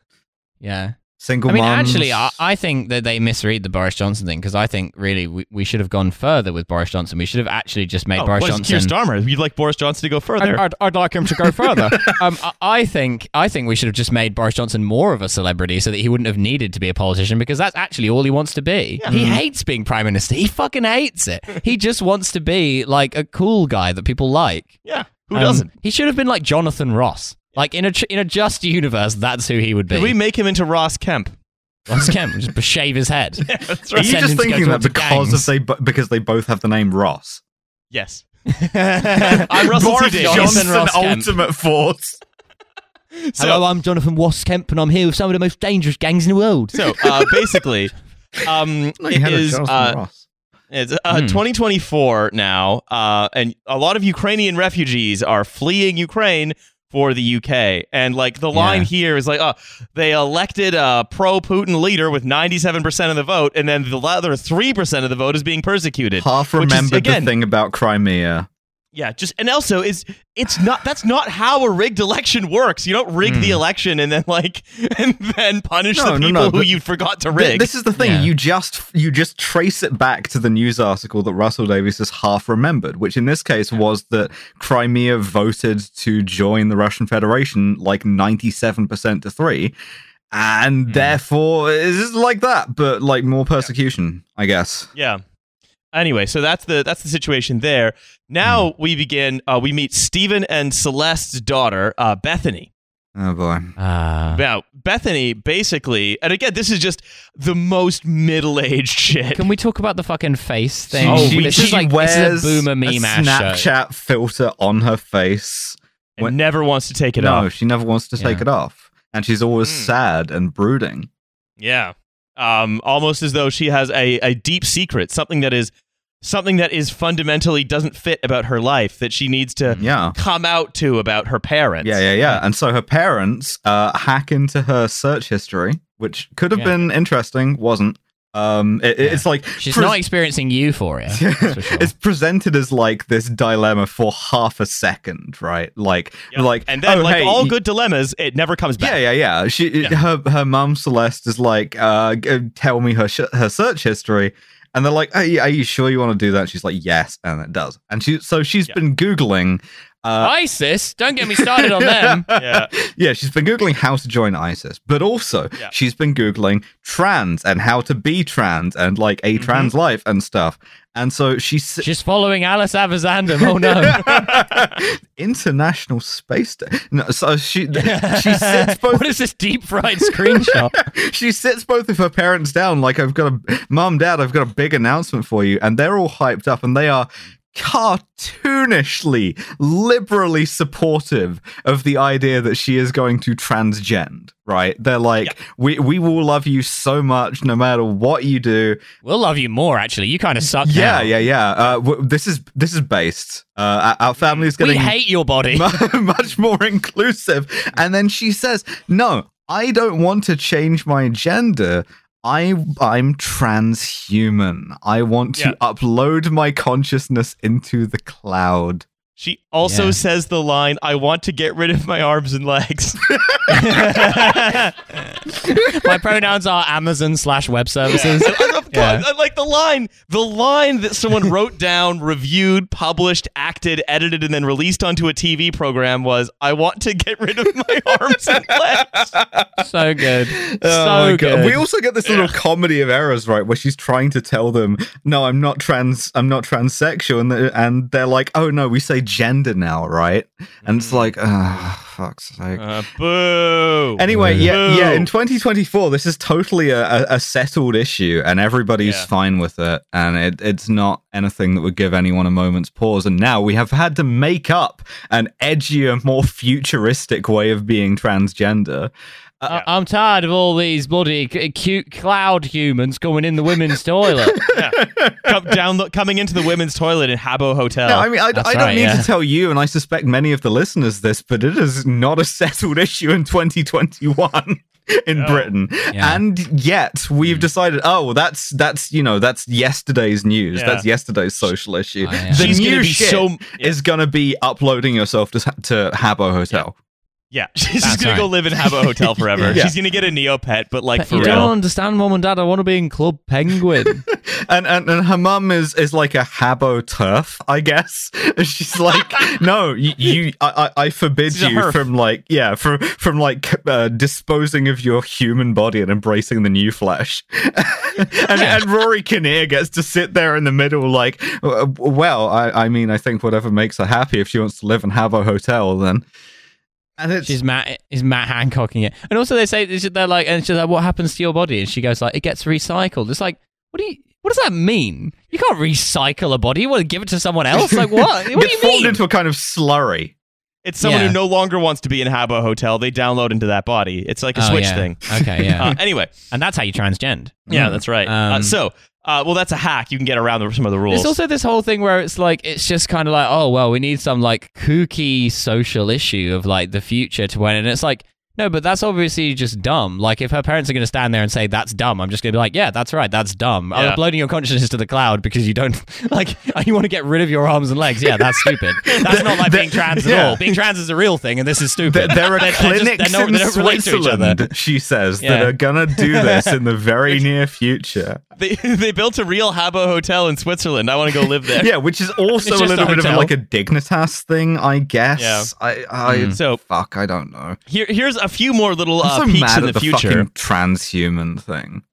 yeah.
single.
I mean,
moms.
actually, I, I think that they misread the Boris Johnson thing because I think really we, we should have gone further with Boris Johnson. We should have actually just made
oh,
Boris
what is
Johnson.
Keir Starmer? You'd like Boris Johnson to go further?
I'd, I'd like him to go further. um, I, I think I think we should have just made Boris Johnson more of a celebrity so that he wouldn't have needed to be a politician because that's actually all he wants to be. He hates being prime minister. He fucking hates it. he just wants to be like a cool guy that people like.
yeah, who
Um,
doesn't?
He should have been like Jonathan Ross. Like in a tr- in a just universe, that's who he would be.
Did we make him into Ross Kemp?
Ross Kemp would just shave his head.
that's
Are
right.
you
send
just
him to go
thinking that
talk to
because
gangs?
of they bo- because they both have the name Ross?
Yes, I'm Russell T
Boris
Davies.
Johnson Ross Kemp.
Ultimate Force.
So,
Hello, I'm Jonathan Waskemp, and I'm here with some of the most dangerous gangs in the world.
so uh, basically, um,
you
it
had
is
a Charleston
uh,
Ross.
It's uh,
Hmm.
2024 now, uh, and a lot of Ukrainian refugees are fleeing Ukraine for the UK. And like the line
Yeah.
here is like, oh, they elected a pro-Putin leader with 97% of the vote, and then the other three percent of the vote is being persecuted.
Half
which is,
remembered
again-
the thing about Crimea.
Yeah, just and also is it's not that's not how a rigged election works. You don't rig the
Hmm.
election and then like and then punish
No,
the
no,
people
no,
who
but-
you forgot to
Th-
rig.
This is the thing.
Yeah.
You just you just trace it back to the news article that Russell Davies has half remembered, which in this case was that Crimea voted to join the Russian Federation like ninety seven percent to three, and
Hmm.
therefore it's just like that, but like more persecution, I guess.
Yeah. Anyway, so that's the that's the situation there. Now
Hmm.
we begin. Uh, we meet Stephen and Celeste's daughter, uh, Bethany.
Oh boy. Uh-huh.
Ah.
Now Bethany basically, and again, this is just the most middle aged shit.
Can we talk about the fucking face thing?
Oh,
she,
we-
this
she
is like
wears
this is a boomer meme
a
ass show.
Snapchat filter on her face.
And never wants to take it
no,
off.
she never wants to take
Yeah. Hmm.
it off, and she's always
Mm.
sad and brooding.
Yeah. Um, almost as though she has a, a deep secret, something that is something that is fundamentally doesn't fit about her life that she needs to
Yeah.
come out to about her parents.
Yeah, yeah, yeah. And so her parents uh, hack into her search history, which could have
Yeah.
been interesting, wasn't. Um, it, it- It's like
She's
pres-
not experiencing euphoria. that's for sure.
it's presented as like this dilemma for half a second, right? Like,
Yep.
like,
and then
oh,
like
hey,
all
y-
good dilemmas, it never comes back.
Yeah, yeah, yeah. She,
Yeah.
her, her mum Celeste is like, uh, g- tell me her sh- her search history, and they're like, are you, are you sure you want to do that? And she's like, yes, and it does. And she, so she's
Yeah.
been googling. Uh,
ISIS. Don't get me started on them.
Yeah.
yeah, she's been googling how to join ISIS, but also
Yeah.
she's been googling trans and how to be trans and like a trans life and stuff. And so she's
She's following Alice Avazandam. Oh no.
international space. Day. No, so she she sits both
what is this deep fried screenshot?
she sits both of her parents down like I've got a mom, dad, I've got a big announcement for you, and they're all hyped up and they are cartoonishly liberally supportive of the idea that she is going to transgend right they're like we we will love you so much no matter what you do
We'll love you more. Actually, you kind of suck.
yeah
now.
yeah yeah uh w- this is this is based uh our our family is
We
getting
hate your body.
mu- much more inclusive. And then she says, "No, I don't want to change my gender." I I'm transhuman. I want to upload my consciousness into the cloud.
She also
Yeah.
says the line, I want to get rid of my arms and legs.
My pronouns are Amazon slash web services.
I, love-
Yeah.
I like the line, the line that someone wrote down, reviewed, published, acted, edited, and then released onto a TV program was, I want to get rid of my arms and legs.
so good.
Oh
so
my God.
good.
We also get this little comedy of errors, right, where she's trying to tell them, "No, I'm not trans. I'm not transsexual," and they're, and they're like, "Oh no, we say gender now, right?" And
Mm.
it's like, oh, fuck's sake.
Uh, boo.
Anyway, yeah,
Boo.
yeah. In 2024, this is totally a, a, a settled issue, and everybody's
Yeah.
fine with it. And it, it's not anything that would give anyone a moment's pause. And now we have had to make up an edgier, more futuristic way of being transgender.
I- I'm tired of all these bloody c- cute cloud humans going in the women's toilet.
Come, down, coming into the women's toilet in Habbo Hotel.
No, I mean, I, I
Oh, that's
don't
right,
need
yeah.
to tell you, and I suspect many of the listeners this, but it is not a settled issue in 2021. In
No.
Britain,
Yeah. Hmm.
and yet we've decided. Oh, that's that's you know that's yesterday's news.
Yeah.
That's yesterday's social issue.
Oh, yeah.
The
She's gonna
new
be
shit
so- yeah.
is gonna be uploading yourself to to Habbo Hotel.
yeah, she's
That's
going
right.
to go live in Habbo Hotel forever.
Yeah.
She's going to get a Neopet, but like for
you
real.
don't understand, mum and dad. I want to be in Club Penguin.
And, and and her mum is is like a Habbo turf, I guess. She's like, no, you, you I, I I forbid
She's a
you
herf.
from like yeah from from like c- uh, disposing of your human body and embracing the new flesh. and and Rory Kinnear gets to sit there in the middle, like, "Uh, well, I I mean, I think whatever makes her happy. If she wants to live in Habbo Hotel, then. And it's
She's Matt. Is Matt Hancocking it? And also, they say they're like, and she's like, "What happens to your body?" And she goes like, "It gets recycled." It's like, what do you? What does that mean? You can't recycle a body. You want to give it to someone else? Like what? What do
gets
you
formed
mean?
into a kind of slurry.
It's someone
Yeah.
who no longer wants to be in Habbo Hotel. They download into that body. It's like a
Oh,
Switch
yeah.
thing.
Okay, yeah.
Uh, anyway,
and that's how you transgend.
yeah, that's right. uh,
Um,
so, uh, well, that's a hack. You can get around the, some of the rules.
There's also this whole thing where it's like it's just kind of like, oh well, we need some like kooky social issue of like the future to win, and it's like. No, but that's obviously just dumb. Like, if her parents are going to stand there and say that's dumb, I'm just going to be like, yeah, that's right, that's dumb. I'm
Yeah.
uploading your consciousness to the cloud because you don't like you want to get rid of your arms and legs. Yeah, that's stupid. That's not like being trans at
yeah.
all. Being trans is a real thing, and this is stupid.
There, there are
They're- they're just-
clinics
they're not-
in
they don't relate to each other.
Switzerland, she says, that
Yeah.
are gonna do this in the very near future.
they, they built a real Habbo Hotel in Switzerland. I want to go live there.
Yeah, which is also
It's
a
just
little
a
bit of
hotel.
like a dignitas thing, I guess.
Yeah. Mm.
I, I
So-
fuck, I don't know.
Here, here's a few more little
I'm
uh,
so
peaks
mad
in
at
the
the
future.
fucking transhuman thing.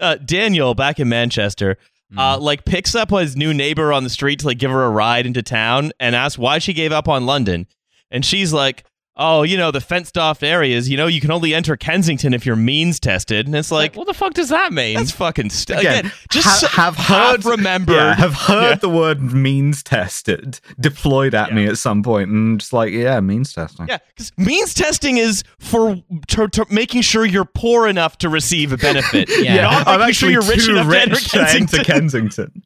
Uh, Daniel, back in Manchester, uh, like picks up his new neighbor on the street to like give her a ride into town and asks why she gave up on London, and she's like, "Oh, you know the fenced off areas. You know you can only enter Kensington if you're means tested." And it's like,
Like, what the fuck does that mean?
that's fucking st-
Again,
again, Just
ha-
so-
have
half
heard,
remembered.
yeah, have heard
Yeah.
the word means tested deployed at me at some point, and just like, yeah, means testing.
Yeah, because means testing is for to, to making sure you're poor enough to receive a benefit.
Yeah.
Not
I'm
making sure
actually
you're rich
too
enough to enter
rich to enter
Kensington.
Kensington.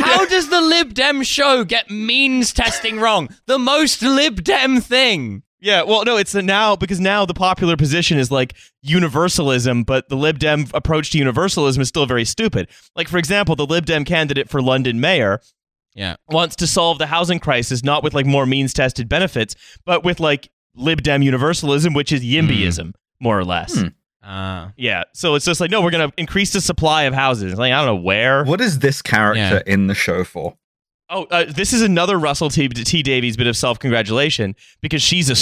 How does the Lib Dem show get means testing wrong? The most Lib Dem thing.
Yeah, well, no, it's the now because now the popular position is like universalism, but the Lib Dem approach to universalism is still very stupid. Like, for example, the Lib Dem candidate for London mayor
Yeah.
wants to solve the housing crisis not with like more means tested benefits, but with like Lib Dem universalism, which is YIMBYism, more or less.
Hmm.
Uh,
Yeah, so it's just like, no, we're going to increase the supply of houses. Like, I don't know where.
What is this character in the show for?
Oh, uh, this is another Russell T. T. Davies bit of self congratulation because she's a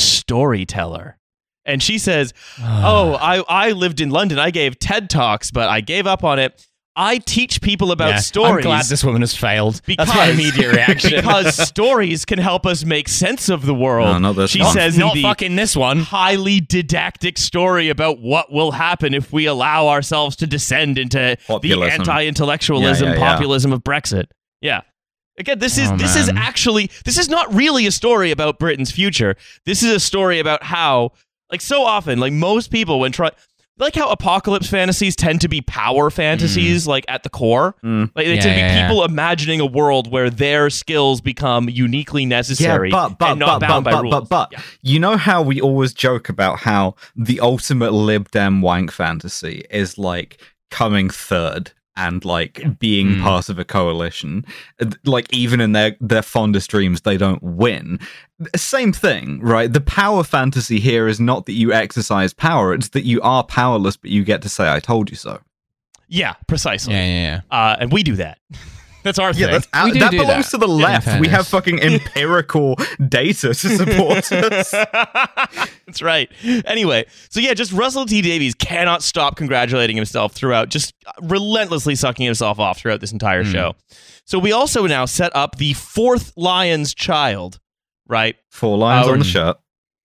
storyteller. And she says,
Ah.
Oh, I, I lived in London. I gave TED Talks, but I gave up on it. I teach people about
I'm
stories.
glad this woman has failed.
because,
That's my immediate reaction.
because stories can help us make sense of the world.
No, not this
she
one.
says
not
in the
fucking this one.
highly didactic story about what will happen if we allow ourselves to descend into
Populism.
the anti-intellectualism,
Yeah, yeah, yeah.
populism of Brexit. Yeah. Again, this is
Oh,
this is
man.
actually this is not really a story about Britain's future. This is a story about how, like, so often, like most people when try, like how apocalypse fantasies tend to be power fantasies, like at the core,
Mm.
like they
Yeah,
tend to be
yeah, yeah.
people imagining a world where their skills become uniquely necessary
but but
and not
but,
bound
but,
by
but,
rules.
but but
Yeah.
you know how we always joke about how the ultimate Lib Dem wank fantasy is like coming third and like being
Mm.
part of a coalition like even in their their fondest dreams they don't win same thing right the power fantasy here is not that you exercise power it's that you are powerless but you get to say i told you so
yeah, precisely.
Yeah, yeah,
uh, and we do that. that's our
yeah
thing.
that's out,
We do
that
do
belongs
that,
to the left we
fairness.
have fucking empirical data to support us
That's right. Anyway, so yeah, just Russell T Davies cannot stop congratulating himself throughout, just uh, relentlessly sucking himself off throughout this entire
Hmm.
show. So we also now set up the fourth lion's child, right?
four lines
Uh,
on the shirt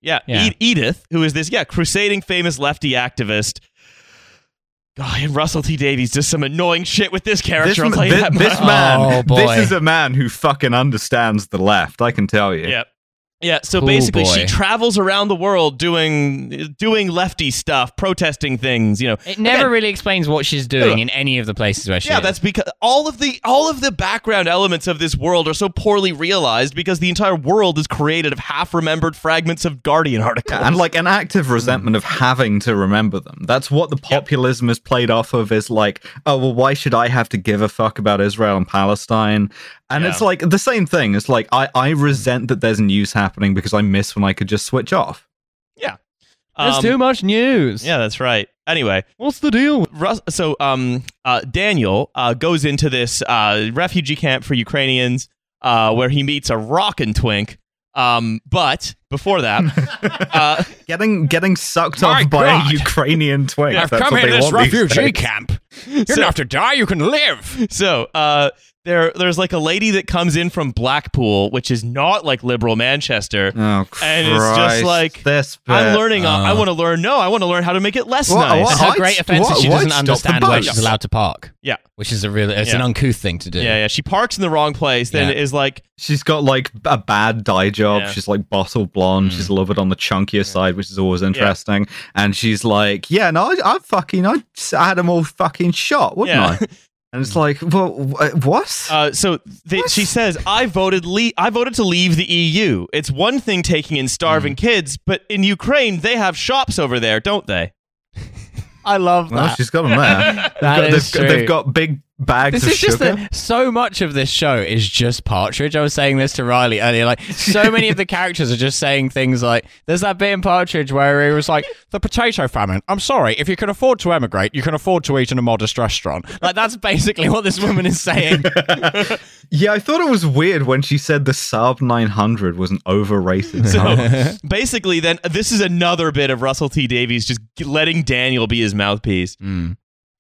Yeah,
Yeah.
Ed- Edith, who is this, yeah, crusading famous lefty activist. God, and Russell T Davies does some annoying shit with this character.
this,
I'll
ma-
tell you
thi-
that
this
much.
man,
Oh, boy.
this is a man who fucking understands the left. I can tell you.
Yeah. Yeah, so
Cool
basically she
boy.
travels around the world doing doing lefty stuff, protesting things, you know.
yeah. It never really explains what she's doing in any of the places where she
Yeah,
is.
that's because all of the all of the background elements of this world are so poorly realized because the entire world is created of half-remembered fragments of Guardian articles.
And like an active resentment of having to remember them. That's what the populism is played off of is like, oh, well, why should I have to give a fuck about Israel and Palestine? And
Yeah.
it's like the same thing. It's like, I, I resent that there's news happening because I miss when I could just switch off.
There's
Um,
too much news.
Yeah, that's right. Anyway,
What's the deal?
Rus- so um, uh, Daniel uh, goes into this uh, refugee camp for Ukrainians uh, where he meets a rockin' twink. Um, but before that, uh,
Getting getting sucked
My
off by
God.
a Ukrainian twink.
I've
That's
come
what
in
they
this
want these
refugee
days.
camp. You're
So-
not to die, you can live.
So uh, there there's like a lady that comes in from Blackpool, which is not like liberal Manchester.
Oh, Christ.
And it's just like,
this bit.
I'm learning.
Uh.
I want to learn. No, I want to learn how to make it less
What-
nice.
what?
And her
I'd-
great offense
what-
is she
what?
doesn't
Stop the
understand where
bus.
she's allowed to park.
Yeah.
which is a really it's an
Yeah.
uncouth thing to do.
Yeah, yeah. She parks in the wrong place. Then
Yeah.
is like,
She's got like a bad dye job.
Yeah.
She's like bottle blonde.
Mm.
She's loved on the chunkier side, which is always interesting. And she's like, yeah, no, I, I fucking, I, s- I had them all fucking shot, wouldn't
Yeah.
I? And it's like, well, wh- what?
uh, so they, she says, "I voted. Le- I voted to leave the EU. It's one thing taking in
Mm.
starving kids, but in Ukraine they have shops over there, don't they?
I love
well, she's got them there.
That
They've
is
got- they've, got, they've got big bags
This
of
is
sugar.
just the, so much of this show is just Partridge. I was saying this to Riley earlier. Like, so many of the characters are just saying things like, "There's that bit in Partridge where he was like, the potato famine. I'm sorry, if you can afford to emigrate, you can afford to eat in a modest restaurant." Like, that's basically what this woman is saying.
yeah, I thought it was weird when she said the Saab 900 was an overrated car.
So basically, then uh, this is another bit of Russell T Davies just g- letting Daniel be his mouthpiece.
Mm.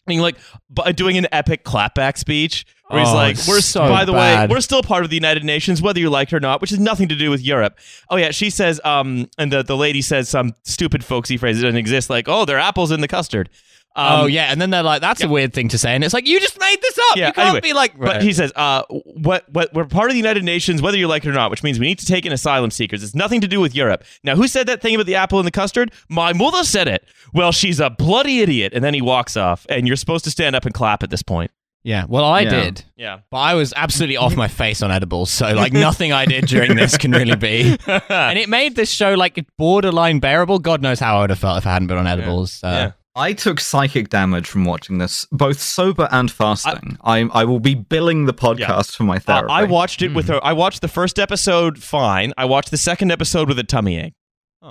Being like b- doing an epic clapback speech where he's
Oh,
like, "We're
so
by the
bad.
way, we're still part of the United Nations, whether you like it or not," which has nothing to do with Europe. Oh yeah, she says, um, and the the lady says some stupid folksy phrase that doesn't exist, like, "Oh, they're apples in the custard." Um,
oh yeah, and then they're like, "That's a weird thing to say," and it's like, "You just made this up.
Yeah,
you can't
anyway,
be like."
But he says, uh, what, what, we're part of the United Nations, whether you like it or not, which means we need to take in asylum seekers. It's nothing to do with Europe. Now, who said that thing about the apple and the custard? My mother said it. Well, she's a bloody idiot. And then he walks off, and you're supposed to stand up and clap at this point.
yeah, well, I
Yeah.
did.
Yeah.
But I was absolutely off my face on edibles, so like nothing I did during this can really be. And it made this show like borderline bearable. God knows how I would have felt if I hadn't been on edibles. Uh,
Yeah.
I took psychic damage from watching this, both sober and fasting. I, I, will be billing the podcast
Yeah.
for my
Uh,
therapy.
I watched it with her. I watched the first episode fine. I watched the second episode with a tummy ache.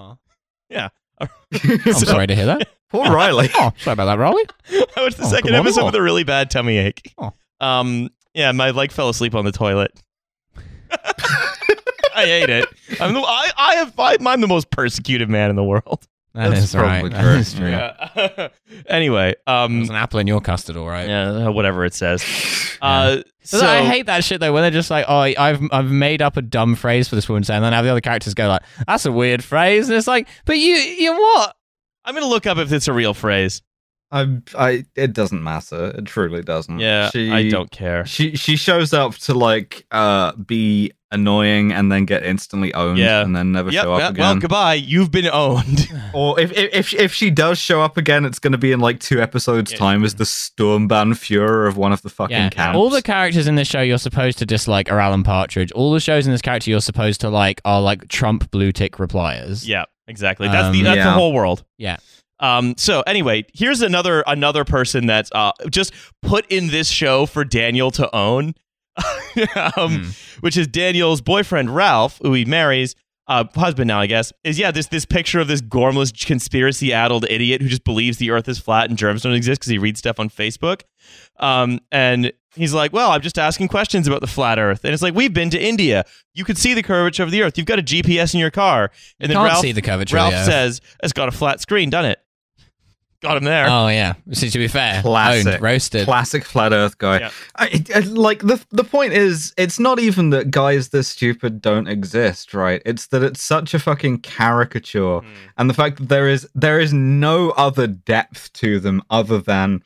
I'm sorry to hear that.
Poor Riley.
Oh, sorry about that, Rolly.
I watched the
Oh,
second
good one.
episode with a really bad tummy ache.
Oh.
Um, yeah, my leg fell asleep on the toilet. I hate it. I'm the, I, I have, I, I'm the most persecuted man in the world.
That's
That's
probably
right. That
correct,
is true.
yeah.
Yeah. anyway,
There's
um,
an apple in your custard, all right.
yeah, whatever it says. Uh, so,
I hate that shit though. When they're just like, "Oh, I- I've I've made up a dumb phrase for this woman," to say," and then have the other characters go like, "That's a weird phrase," and it's like, "But you, you what?
I'm gonna look up if it's a real phrase.
I, I, it doesn't matter. It truly doesn't.
Yeah,
She-
I don't care.
She she shows up to like uh be annoying and then get instantly owned
Yeah.
and then never
Yep,
show up
well, well,
again.
goodbye. You've been owned.
or if, if if if she does show up again, it's going to be in like two episodes
Yeah.
time as the Sturmban Führer of one of the fucking camps.
All the characters in this show you're supposed to dislike are Alan Partridge. All the shows in this character you're supposed to like are like Trump blue tick repliers.
Yeah, exactly. That's the
Um,
that's the
Yeah.
whole world.
Yeah.
Um, so anyway, here's another another person that's uh, just put in this show for Daniel to own, um,
Hmm.
which is Daniel's boyfriend Ralph, who he marries, uh, husband now I guess. Is yeah, this this picture of this gormless conspiracy addled idiot who just believes the Earth is flat and germs don't exist because he reads stuff on Facebook, um, and he's like, well, I'm just asking questions about the flat Earth, and it's like we've been to India, you can see the curvature of the Earth, you've got a GPS in your car, and then
Can't
Ralph
see the curvature.
Ralph
yeah.
says it's got a flat screen, doesn't it? Got him there.
"Oh yeah." See, to be fair,
Classic.
owned, roasted.
classic flat Earth guy.
Yeah.
I, I, like the the point is, it's not even that guys this stupid don't exist, right? It's that it's such a fucking caricature,
Hmm.
and the fact that there is there is no other depth to them other than.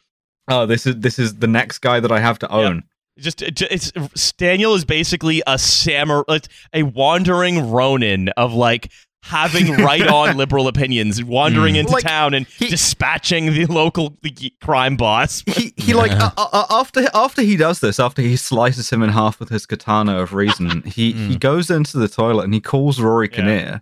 Oh, this is this is the next guy that I have to own.
Just it- it's Daniel is basically a samurai, it's a wandering Ronin of like having right on liberal opinions, wandering
Mm.
into
Like,
town and
he-
dispatching the local crime boss.
he he like uh, uh, after after he does this after he slices him in half with his katana of reason he he goes into the toilet and he calls Rory
Yeah.
Kinnear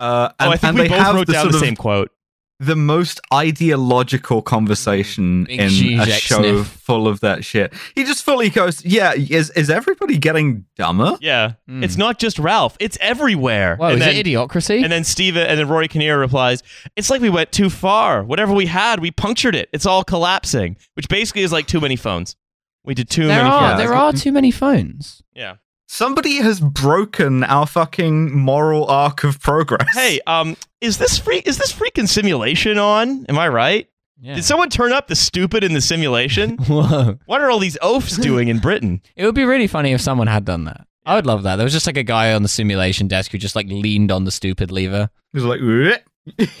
uh, and,
oh, I think
and
we
they
both
have
wrote
the
down
sort
the
of
same quote.
the most ideological
Mm,
conversation
Big
in a
Zizek
show
sniff.
full of that shit he just fully goes yeah is is everybody getting dumber
Yeah,
Mm.
it's not just Ralph; it's everywhere.
Whoa,
and
is
then,
it idiocracy?
And then Steve and then Rory Kinnear replies, "It's like we went too far. Whatever we had, we punctured it. It's all collapsing." Which basically is like too many phones. We did too
there
many
are
phones.
there are too many phones.
Yeah.
somebody has broken our fucking moral arc of progress
Hey, um, is this free? Is this freaking simulation on? Am I right?
Yeah.
Did someone turn up the stupid in the simulation?
Whoa.
what are all these oafs doing in Britain?
It would be really funny if someone had done that. I would love that. There was just like a guy on the simulation desk who just like leaned on the stupid lever.
It's like, "Bleh."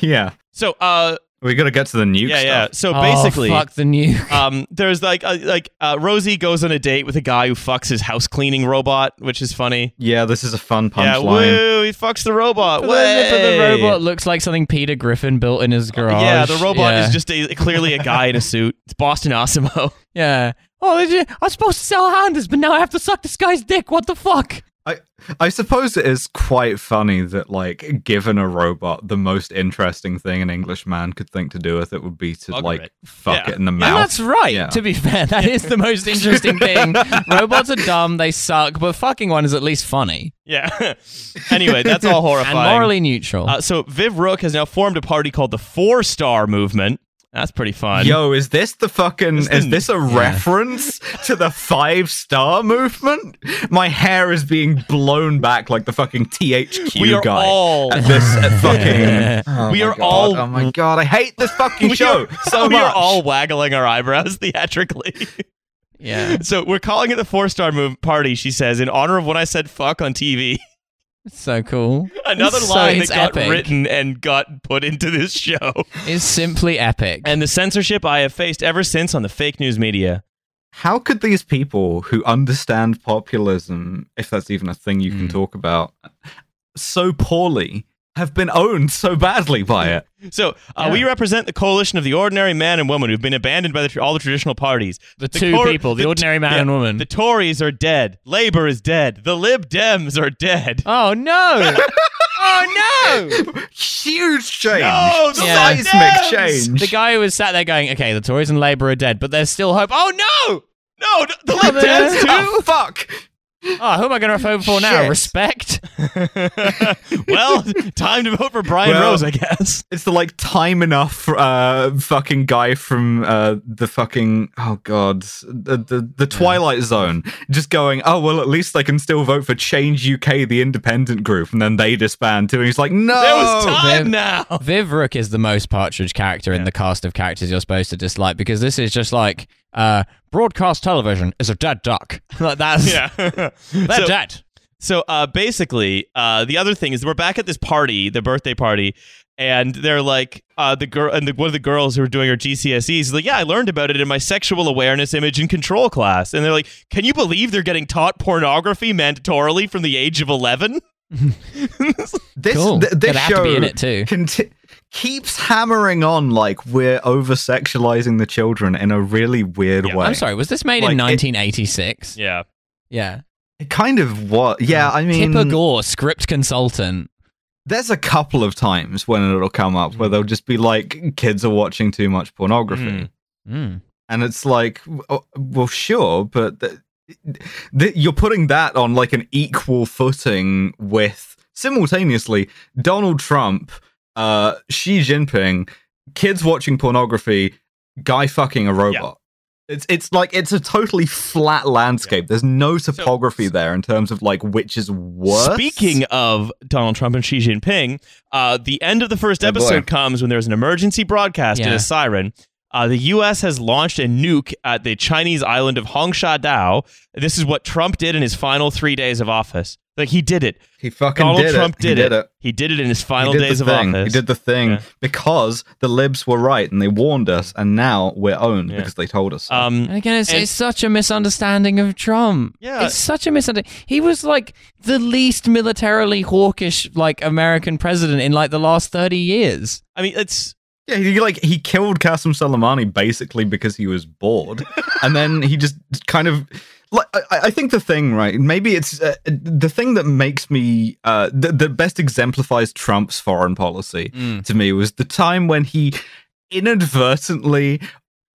yeah,
So, uh,
we got to get to the nuke
yeah, yeah.
stuff.
So
Oh,
basically,
fuck the nuke.
um, there's like uh, like uh, Rosie goes on a date with a guy who fucks his house cleaning robot, which is funny.
Yeah, this is a fun
yeah,
punchline.
woo, he fucks the robot.
But the, but the
way.
robot looks like something Peter Griffin built in his garage.
Yeah, the robot
Yeah.
is just a, clearly a guy in a suit. It's Boston Osimo.
Yeah. Oh, did you- I was supposed to sell Handers, but now I have to suck this guy's dick. What the fuck?
I suppose it is quite funny that, like, given a robot, the most interesting thing an Englishman could think to do with it would be to
Bugger
like
it.
fuck
Yeah.
it in the
And
mouth.
that's right.
Yeah.
To be fair, that is the most interesting thing. Robots are dumb. They suck. But fucking one is at least funny
Yeah. anyway, that's all horrifying.
and morally neutral.
Uh, so Viv Rook has now formed a party called the Four Star Movement. That's pretty fun.
Yo, is this the fucking?
This
is
the-
this a reference to the five star movement? My hair is being blown back like the fucking THQ
we are
guy.
all
at this fucking. Oh
We
my
are
God.
all-
Oh my god! I hate this fucking
we
show
are,
so
we
much.
are all waggling our eyebrows theatrically.
yeah.
so we're calling it the Four Star Move Party. She says in honor of when I said fuck on TV.
It's so cool.
Another
So
line that
it's
got
epic.
written and got put into this show.
It's simply epic.
And the censorship I have faced ever since on the fake news media.
How could these people who understand populism, if that's even a thing you can
Mm.
talk about, so poorly have been owned so badly by it?
So uh, we represent the coalition of the ordinary man and woman who've been abandoned by the, all the traditional parties.
the
the
two
cor-
people, the,
the-
ordinary man
yeah,
and woman.
The Tories are dead. Labour is dead. The Lib Dems are dead.
oh no! oh no!
Huge change,
No, the
seismic
Dems!
change.
The guy who was sat there going, "Okay, the Tories and Labour are dead, but there's still hope." Oh no!
No, th- the Lib
they're-
Dems too.
Oh, fuck!
Oh, who am I going to vote for now?
Shit.
Respect.
well, time to vote for Brian
Well-
Rose, I guess.
It's the like time enough uh fucking guy from uh the fucking oh god the the, the Twilight Zone just going oh well at least I can still vote for Change UK the independent group and then they disband too and he's like no
There was time
Dems.
now.
Oh, Viv Rook is the most Partridge character in the cast of characters you're supposed to dislike because this is just like uh, broadcast television is a dead duck. like that's
Yeah.
they're
So-
dead.
So uh, basically, uh, the other thing is we're back at this party, the birthday party, and they're like uh, the girl and the, one of the girls who are doing her GCSEs E is like, yeah, I learned about it in my sexual awareness, image, and control class, and they're like, can you believe they're getting taught pornography mandatorily from the age of eleven?
this
Cool.
th- this
Gonna have
show
to be in it too.
conti- keeps hammering on like we're over sexualizing the children in a really weird
Yeah.
way
I'm sorry. Was this made
Like,
in
it-
1986?
Yeah,
yeah.
It kind of what yeah I mean
Tipper Gore, script consultant.
there's a couple of times when it'll come up
Hmm.
where they'll just be like kids are watching too much pornography.
Mm.
Mm.
and it's like w- oh, well sure but th- th- you're putting that on like an equal footing with simultaneously donald trump uh xi jinping kids watching pornography guy fucking a robot It's, it's like it's a totally flat landscape. There's no topography there in terms of like which is worse.
Speaking of Donald Trump and Xi Jinping, uh, the end of the first
Oh, boy.
episode comes when there's an emergency broadcast and
Yeah.
a siren. Uh, the U.S. has launched a nuke at the Chinese island of Hongsha Dao. This is what Trump did in his final three days of office. Like he did it.
he fucking
Donald
did
Trump
it. He
did,
did it.
He did it in his
He
final
did the
days of
thing.
office.
He did the thing
Yeah.
because the libs were right and they warned us, and now we're owned
Yeah.
because they told us. so.
um,
And again, it's,
And-
it's such a misunderstanding of Trump.
Yeah.
It's such a misunderstanding. He was like the least militarily hawkish, like American president in like the last 30 years.
I mean, it's
Yeah, he like he killed Qasem Soleimani basically because he was bored, and then he just kind of like I, I think the thing right maybe it's uh, the thing that makes me uh that, that best exemplifies Trump's foreign policy to me was the time when he inadvertently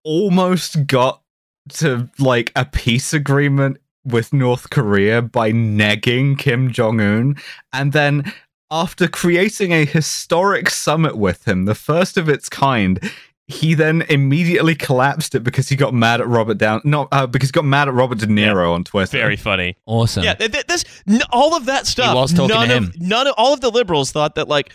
almost got to like a peace agreement with North Korea by negging Kim Jong Un and then after creating a historic summit with him the first of its kind he then immediately collapsed it because he got mad at Robert Down no uh, because he got mad at Robert De Niro on Twitter
very funny.
Awesome.
Yeah, th- th- this n- all of that stuff.
was talking
none
to
Of, none of all of the liberals thought that like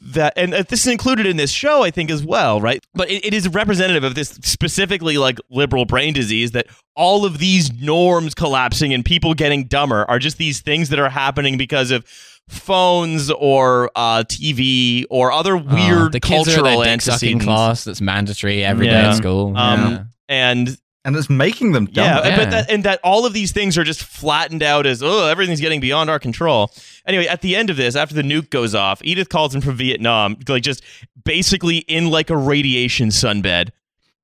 that and uh, this is included in this show i think as well right but it, it is representative of this specifically like liberal brain disease that all of these norms collapsing and people getting dumber are just these things that are happening because of phones or uh, tv or other weird
Ah, the kids are
cultural
in that sucking
antecedents
class that's mandatory every day
Yeah.
at school.
Um,
yeah.
and
and it's making them
yeah,
dumb.
Yeah.
but that, and that all of these things are just flattened out as oh everything's getting beyond our control. Anyway, at the end of this, after the nuke goes off, Edith calls him from Vietnam, like just basically in like a radiation sunbed.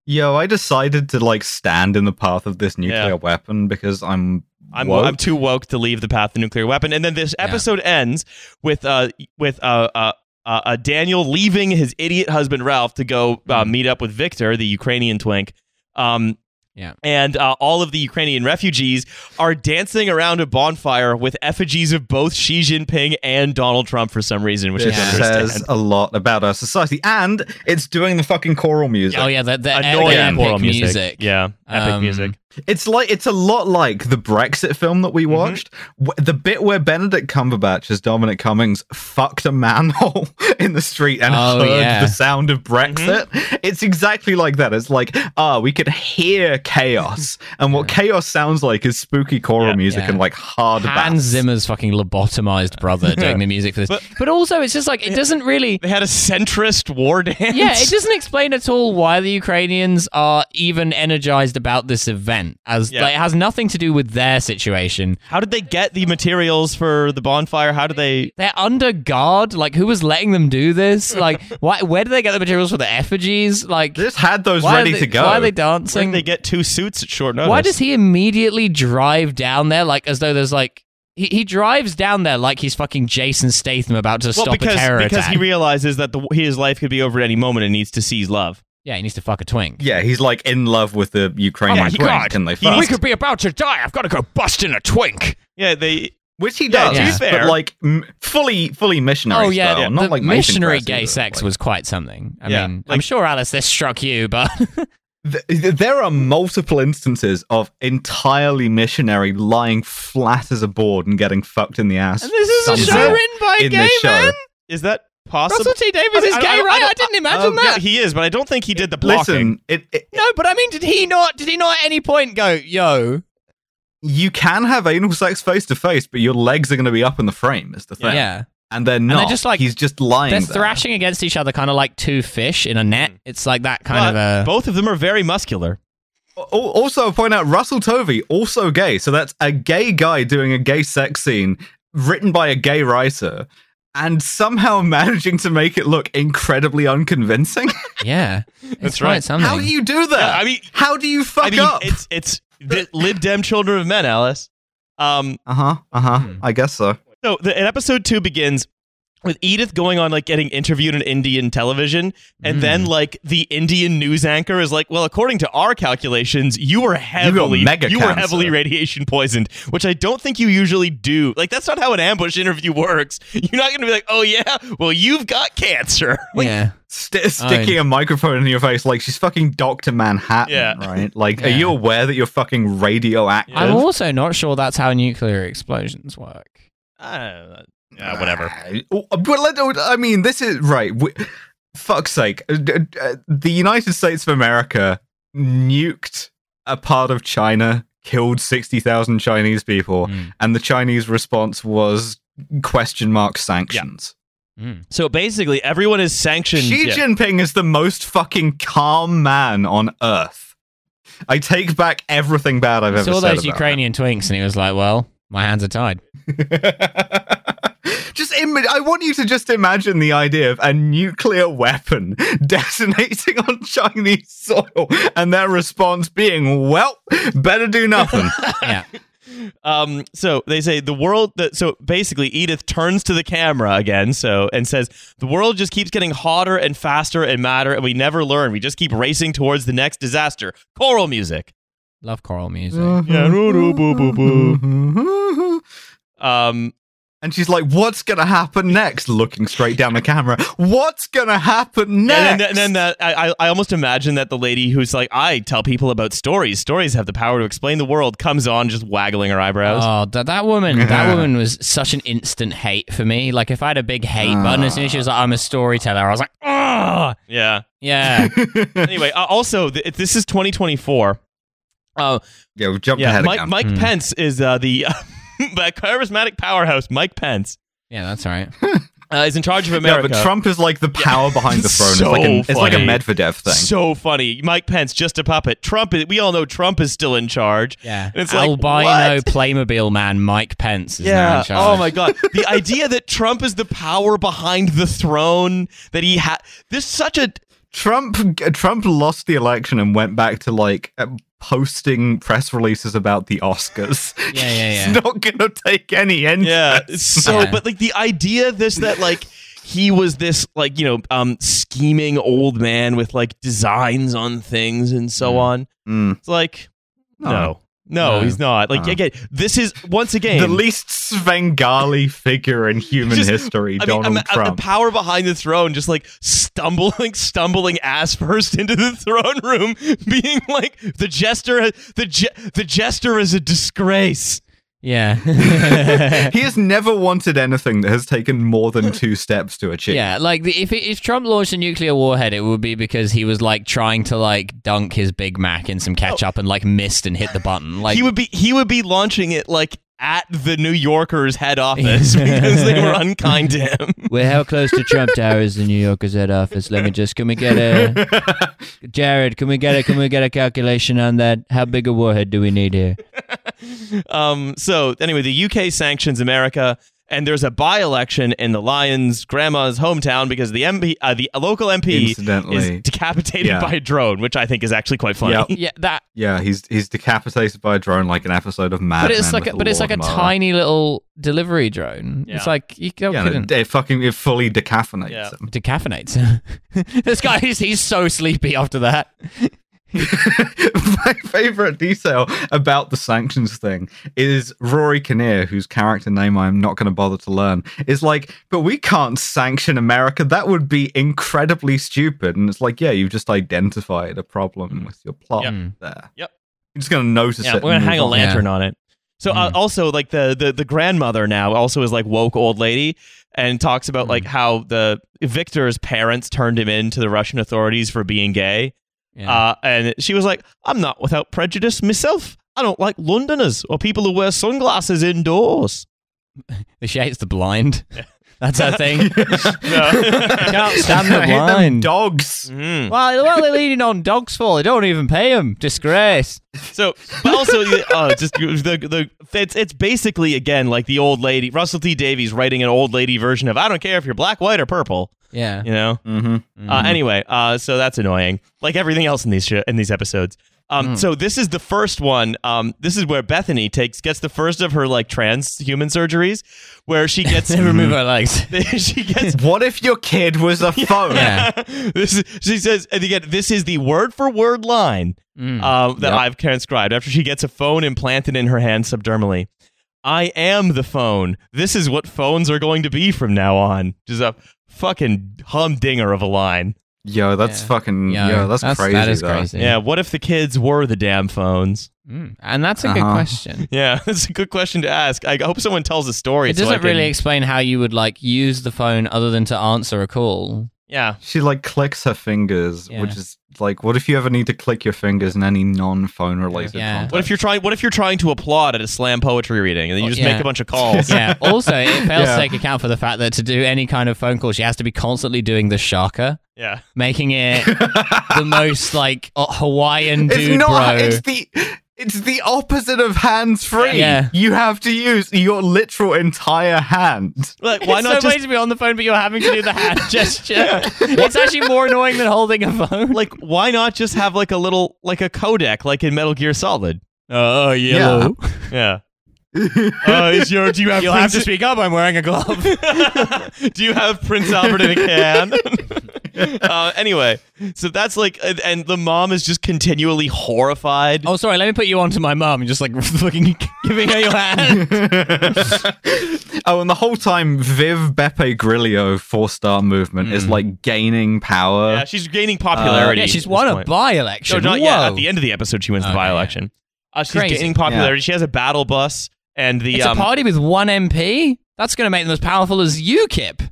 Yo, I decided to like stand in the path of this nuclear
Yeah.
weapon because I'm
I'm
woke.
I'm too woke to leave the path of the nuclear weapon. And then this
Yeah.
episode ends with uh with uh uh. Uh, uh, Daniel leaving his idiot husband Ralph to go
Hmm.
uh, meet up with Victor, the Ukrainian twink. Um,
Yeah.
And uh, all of the Ukrainian refugees are dancing around a bonfire with effigies of both Xi Jinping and Donald Trump for some reason, which
This
I
Yeah.
don't understand.
says a lot about our society, and it's doing the fucking choral music.
oh yeah, the, the
Annoying
epic
choral
music.
Yeah, epic
Um,
music.
It's like it's a lot like the Brexit film that
Mm-hmm.
we watched. Wh- The bit where Benedict Cumberbatch as Dominic Cummings fucked a manhole in the street and
Oh,
heard
yeah.
the sound
Mm-hmm.
of Brexit. It's exactly like that. It's like ah, we could hear chaos, and what chaos sounds like is spooky choral
Yeah.
music
Yeah.
and like hard
Hans
bass.
Zimmer's fucking lobotomized brother doing the music for this.
But-
But, also, it's just like, it doesn't really.
They had a centrist war dance.
Yeah, it doesn't explain at all why the Ukrainians are even energized about this event, as
Yeah.
like, it has nothing to do with their situation.
How did they get the materials for the bonfire? How did they?
They're under guard. Like, who was letting them do this? Like, why, where do they get the materials for the effigies? Like,
They just had those
why are
ready
they-
to go.
Why are they
Where
dancing?
did they get two suits at short notice?
Why does he immediately drive down there like as though there's like he, he drives down there like he's fucking Jason Statham about to
well,
stop
because
a terror
because
attack?
he realizes that the, his life could be over at any moment and needs to seize love.
yeah, he needs to fuck a twink.
yeah, he's like in love with the Ukrainian
my
twink,
God.
and they
He-
fuck.
could
be about to die. I've got to go bust in a twink.
Yeah, they.
Which he
Yeah,
does,
to be
fair.
but like m- fully, fully missionary.
Oh yeah,
style, not
the
like Mason
missionary
Cressy,
gay
but,
sex
like-
was quite something. I
Yeah,
mean, I'm
like-
sure Alice, this struck you, but
Th- th- there are multiple instances of entirely missionary lying flat as a board and getting fucked in the ass.
this is a show
somehow
written by a
in
gay
this show.
man.
Is that possible?
Russell T Davies
I-
is
I-
gay,
I- I
right? I,
don't- uh,
didn't imagine
um,
that.
Yeah, he is, but I don't think he did the blocking.
Listen, it, it,
no, but I mean, did he not? Did he not at any point go, "Yo"?
you can have anal sex face to face, but your legs are going to be up in the frame. Is the thing,
yeah.
and they're not.
they're just like-
he's just lying.
They're
there.
thrashing against each other, kind of like two fish in a net. It's like that kind
But
of uh, a.
both of them are very muscular.
Al- Also, I'll point out Russell Tovey also gay, so that's a gay guy doing a gay sex scene written by a gay writer. And somehow managing to make it look incredibly unconvincing.
yeah,
That's
it's
right.
quite Something.
How do you do that?
Yeah, I mean-
how do you fuck
I mean,
up?
it's it's the Lib Dem children of men, Alice. Um,
Uh huh. Uh huh.
Hmm.
I guess so.
So the and episode two begins with Edith going on like getting interviewed on Indian television, and
Mm.
then like the Indian news anchor is like, "Well, according to our calculations, you were heavily
mega
were
cancer."
heavily radiation poisoned," which I don't think you usually do. Like that's not how an ambush interview works. You're not going to be like, "Oh yeah, well you've got cancer." Like,
yeah,
St- sticking
I-
a microphone in your face like she's fucking Doctor Manhattan,
Yeah.
right? Like, are
Yeah.
you aware that you're fucking radioactive?
I'm also not sure that's how nuclear explosions work.
I don't know. Yeah, Uh, Ah, whatever.
Oh, But let, I mean, this is right. We, fuck's sake, Uh, d- d- uh, the United States of America nuked a part of China, killed sixty thousand Chinese people,
Mm.
and the Chinese response was question mark sanctions.
Mm.
So basically, everyone is sanctioned.
Xi
Yeah.
Jinping is the most fucking calm man on earth. I take back everything bad I've
He
ever
saw
said.
those
about
Ukrainian twinks, and he was like, "Well, my hands are tied."
just Im- I want you to just imagine the idea of a nuclear weapon detonating on Chinese soil and their response being, well, better do nothing.
Yeah,
Um, so they say the world. That, so basically, Edith turns to the camera again. So and says the world just keeps getting hotter and faster and madder, and we never learn. We just keep racing towards the next disaster. Choral music.
love choral music.
Yeah.
and And she's like, "What's gonna happen next?" Looking straight down the camera. What's gonna happen next?
And then, and then that, I, I I almost imagine that the lady who's like, I tell people about stories. Stories have the power to explain the world. Comes on just waggling her eyebrows.
Oh, that, that woman, that woman was such an instant hate for me. Like, if I had a big hate button, as soon as she was like, I'm a storyteller, I was like, oh,
yeah.
yeah.
anyway, uh, also th- if this is 2024.
Oh,
Uh,
yeah, we've jumped
yeah,
ahead
Mike,
again.
Mike
Hmm.
Pence is uh, the the charismatic powerhouse. Mike Pence
yeah, that's all right.
uh, is in charge of
no,
America.
but Trump is like the power behind the throne.
So
it's, like a, it's like a
funny.
Medvedev thing.
So funny. Mike Pence just a puppet. Trump. Is, we all know Trump is still in charge.
Yeah.
And it's like,
Albino
what?
Playmobil man Mike Pence is now
Yeah.
in charge.
Oh my God. The idea that Trump is the power behind the throne that he had. This such a
Trump Trump lost the election and went back to like uh, posting press releases about the Oscars.
Yeah, yeah, yeah.
He's not gonna take any interest.
yeah. it's So,
Yeah.
but like the idea this that like he was this like you know um scheming old man with like designs on things and so
Mm.
on.
Mm.
It's like no. No,
No.
he's not. Like
No.
again, this is once again
The least Svengali figure in human
Just-
history,
I mean,
Donald
I'm- I'm
Trump.
the power behind the throne, just like stumbling, stumbling ass first into the throne room, being like the jester. The je- the jester is a disgrace.
Yeah.
he has never wanted anything that has taken more than two steps to achieve.
Yeah, like the, if if Trump launched a nuclear warhead, it would be because he was like trying to like dunk his Big Mac in some ketchup and like missed and hit the button. Like
he would be he would be launching it like at the New Yorker's head office because they were unkind to him.
Well, how close to Trump Tower is the New Yorker's head office? Let me just. Can we get a. Jared, can we get a. Can we get a calculation on that? How big a warhead do we need here?
Um, so anyway, the UK sanctions America. And there's a by-election in the Lions' grandma's hometown because the MP, uh, the local MP,
Incidentally,
is decapitated
Yeah.
by a drone, which I think is actually quite funny.
Yep.
yeah, that
yeah, he's he's decapitated by a drone like an episode of Mad
but it's
Men
like
with
a,
the
but it's
Lord
like a
Miller.
tiny little delivery drone.
Yeah.
It's like you go
Yeah,
couldn't
and it, it fucking it fully decaffeinates
Yeah.
him.
decaffeinates. this guy he's, he's so sleepy after that.
My favorite detail about the sanctions thing is Rory Kinnear, whose character name I'm not going to bother to learn, is like, but we can't sanction America. That would be incredibly stupid. And it's like, yeah, you've just identified a problem with your plot
Mm. Yep.
there.
Yep.
You're just going to notice
Yeah,
it.
we're gonna
and
hang
move
a
on. Mm.
lantern on it. So uh, also like the, the the grandmother now also is like woke old lady and talks about
Mm.
like how the Victor's parents turned him in to the Russian authorities for being gay.
Yeah.
Uh, and she was like, "I'm not without prejudice myself. I don't like Londoners or people who wear sunglasses indoors."
she hates the blind. That's her thing. Can't stand
I
the
hate them
blind.
dogs.
Mm.
Why? What are they leaning on dogs for? They don't even pay them. Disgrace.
So, but also, uh, just the the it's it's basically again like the old lady Russell T Davies writing an old lady version of I don't care if you're black, white, or purple.
Yeah.
You know.
Mm-hmm.
Uh, anyway, uh, so that's annoying. Like everything else in these sh- in these episodes. Um,
Mm.
So this is the first one. Um, this is where Bethany takes gets the first of her like trans human surgeries, where she gets
They remove her legs.
she gets.
What if your kid was a
Mm-hmm.
phone?
Yeah.
this is, she says, and again, this is the word for word line
Mm.
um, that
Yep.
I've transcribed after she gets a phone implanted in her hand subdermally. I am the phone. This is what phones are going to be from now on. Just a fucking humdinger of a line.
Yo, that's
Yeah.
fucking. Yo, that's, crazy.
That is
though.
crazy.
Yeah, what if the kids were the damn phones?
Mm. And that's a good
Uh-huh.
question.
Yeah, that's a good question to ask. I hope someone tells a story.
It
so I
doesn't
can-
really explain how you would like use the phone other than to answer a call.
Yeah.
She like clicks her fingers,
Yeah.
which is like, what if you ever need to click your fingers in any non-phone related
Yeah.
context?
What if you're trying? What if you're trying to applaud at a slam poetry reading and then you
Oh,
just
yeah.
make a bunch of calls?
Yeah. Also, it fails
Yeah.
to take account for the fact that to do any kind of phone call, she has to be constantly doing the shaka,
yeah.
making it the most like uh, Hawaiian dude
it's not.
bro.
It's the. It's the opposite of hands free.
Yeah.
You have to use your literal entire hand.
Like, why not
it's so
just
funny to be on the phone, but you're having to do the hand gesture. It's actually more annoying than holding a phone.
like why not just have like a little like a codec like in Metal Gear Solid?
Oh,
yellow.
Yeah. uh, is your do you have
You'll have to speak up. I'm wearing a glove.
do you have Prince Albert in a can? uh, anyway, so that's like, and- and the mom is just continually horrified.
Oh, sorry. Let me put you on to my mum. Just like fucking giving her your hand.
oh, and the whole time, Viv Beppe Grillo four star movement is like gaining power.
Mm. Yeah, she's gaining popularity.
Uh, yeah, she's
at
won
this
a
point.
by election.
No, not
Whoa.
yet. At the end of the episode, she wins the
Okay, yeah.
by-election. Uh, she's
Crazy.
gaining popularity. She has a battle bus, and the
It's
um,
a party with one MP. That's going to make them as powerful as UKIP.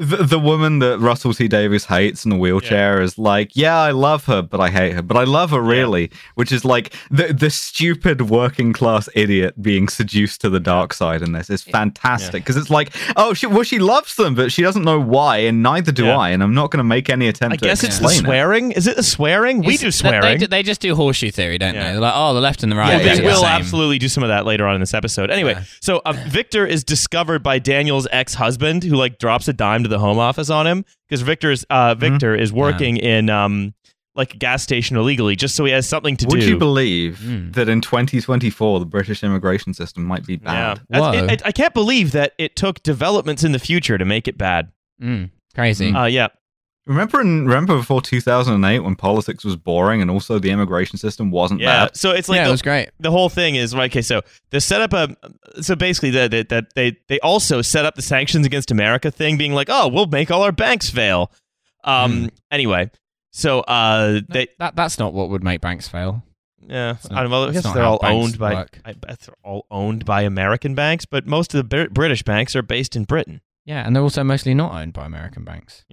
The, the woman that Russell T Davies hates in the wheelchair is like, yeah, I love her, but I hate her, but I love her really, which is like the the stupid working class idiot being seduced to the dark side in this is fantastic because it's like, oh, she, well, she loves them, but she doesn't know why, and neither do
Yeah.
I, and I'm not going to make any attempt.
I guess
to
it's the
explain it.
swearing. Is it the swearing? we
It's-
do
they- They,
swearing.
do- they just do horseshoe theory, don't
Yeah.
they? They're like, oh, the left and the right.
Yeah,
Well,
are
yeah,
they
the
will
same.
absolutely do some of that later on in this episode. Anyway,
Yeah.
so um, Victor is discovered by Daniel's ex-husband, who like drops a dime to the home office on him because Victor's uh,
Mm-hmm.
Victor is working in um like a gas station illegally, just so he has something to
Would
do. Hmm.
you believe
Mm.
that in 2024 the British immigration system might be
yeah,
bad?
That's-
Whoa.
it- it- I can't believe that it took developments in the future to make it bad.
Mm, crazy.
Uh, yeah,
Remember, in, remember before 2008 when politics was boring and also the immigration system wasn't
yeah.
bad.
So it's like
yeah,
the-
it was great.
the whole thing is right, okay. So they set up a so basically that that that they they also set up the sanctions against America thing, being like, oh, we'll make all our banks fail. Um. Anyway, so uh, they
Mm. That, that's not what would make banks fail.
yeah,
It's
I,
not-
don't know, I
it's
guess
not
they're
how
all
banks
owned by
work.
I bet they're all owned by American banks, but most of the Br- British banks are based in Britain.
Yeah, and they're also mostly not owned by American banks.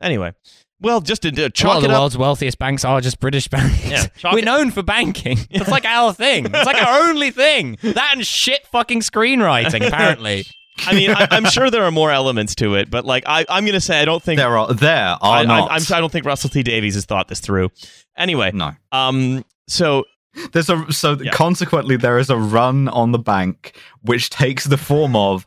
Anyway, well, just to, to
A lot
chalk
of
it
the
up.
world's wealthiest banks are just British banks.
Yeah, chalk
We're
it-
known for banking. It's like our thing. It's like our only thing. That and shit fucking screenwriting, apparently.
I mean, I, I'm sure there are more elements to it, but like I, I'm gonna say I don't think
There are there are
I, I,
not.
I'm, I don't think Russell T Davies has thought this through. Anyway,
No.
um, so
There's a so
Yeah.
consequently there is a run on the bank which takes the form of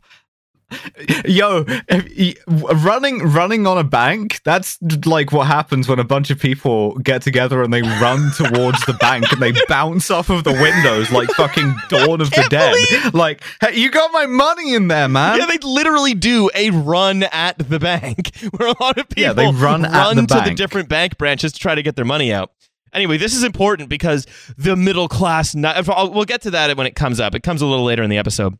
yo if y- running running on a bank that's like what happens when a bunch of people get together and they run towards the bank and they bounce off of the windows like fucking dawn of the dead like hey you got my money in there man
Yeah, they literally do a run at the bank where a lot of people
Yeah, they run at
to
the
the
bank.
different bank branches to try to get their money out. Anyway, this is important because the middle class. ni- I'll- We'll get to that when it comes up. It comes a little later in the episode.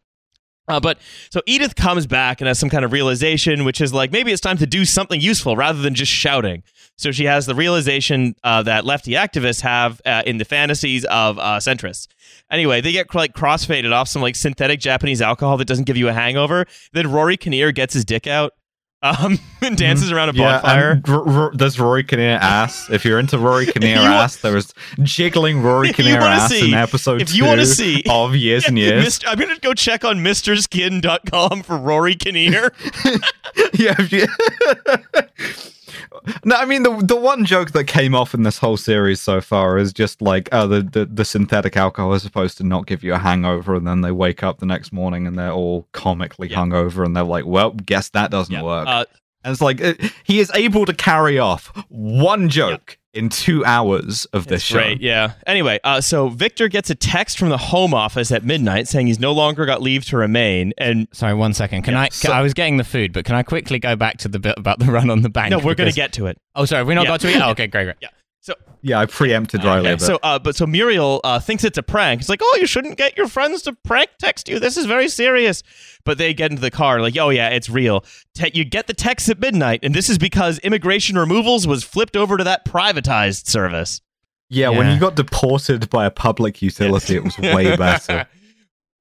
Uh, but so Edith comes back and has some kind of realization, which is like maybe it's time to do something useful rather than just shouting. So she has the realization uh, that lefty activists have uh, in the fantasies of uh, centrists. Anyway, they get like crossfaded off some like synthetic Japanese alcohol that doesn't give you a hangover. Then Rory Kinnear gets his dick out um, and dances around a
Yeah,
bonfire.
and R- R- there's Rory Kinnear ass. If you're into Rory Kinnear
You wa-
ass, there was jiggling Rory
If you
Kinnear
wanna
ass
see-
in episode
if
two
you wanna see-
of Years and Years.
Mist- I'm gonna go check on MrSkin.com for Rory Kinnear.
yeah. If you... no, I mean the the one joke that came off in this whole series so far is just like, oh, the, the the synthetic alcohol is supposed to not give you a hangover, and then they wake up the next morning and they're all comically
Yeah.
hungover, and they're like, well, guess that doesn't
Yeah.
work.
Uh,
And it's like uh, he is able to carry off one joke in two hours of this show.
Right, yeah. Anyway, uh, so Victor gets a text from the home office at midnight saying he's no longer got leave to remain. And
Sorry, one second. Can I?
so-
I was getting the food, but can I quickly go back to the bit about the run on the bank?
no, we're going
Because-
to get to it.
Oh, sorry, we not
Yeah.
got to it. Oh, okay, great, great.
Yeah, I preempted Riley.
Okay,
a bit.
so, uh, but so Muriel uh, thinks it's a prank. It's like, oh, you shouldn't get your friends to prank text you. This is very serious. But they get into the car, like, oh yeah, it's real. Te- you get the text at midnight, and this is because immigration removals was flipped over to that privatized service.
yeah,
yeah.
when you got deported by a public utility, it was way better.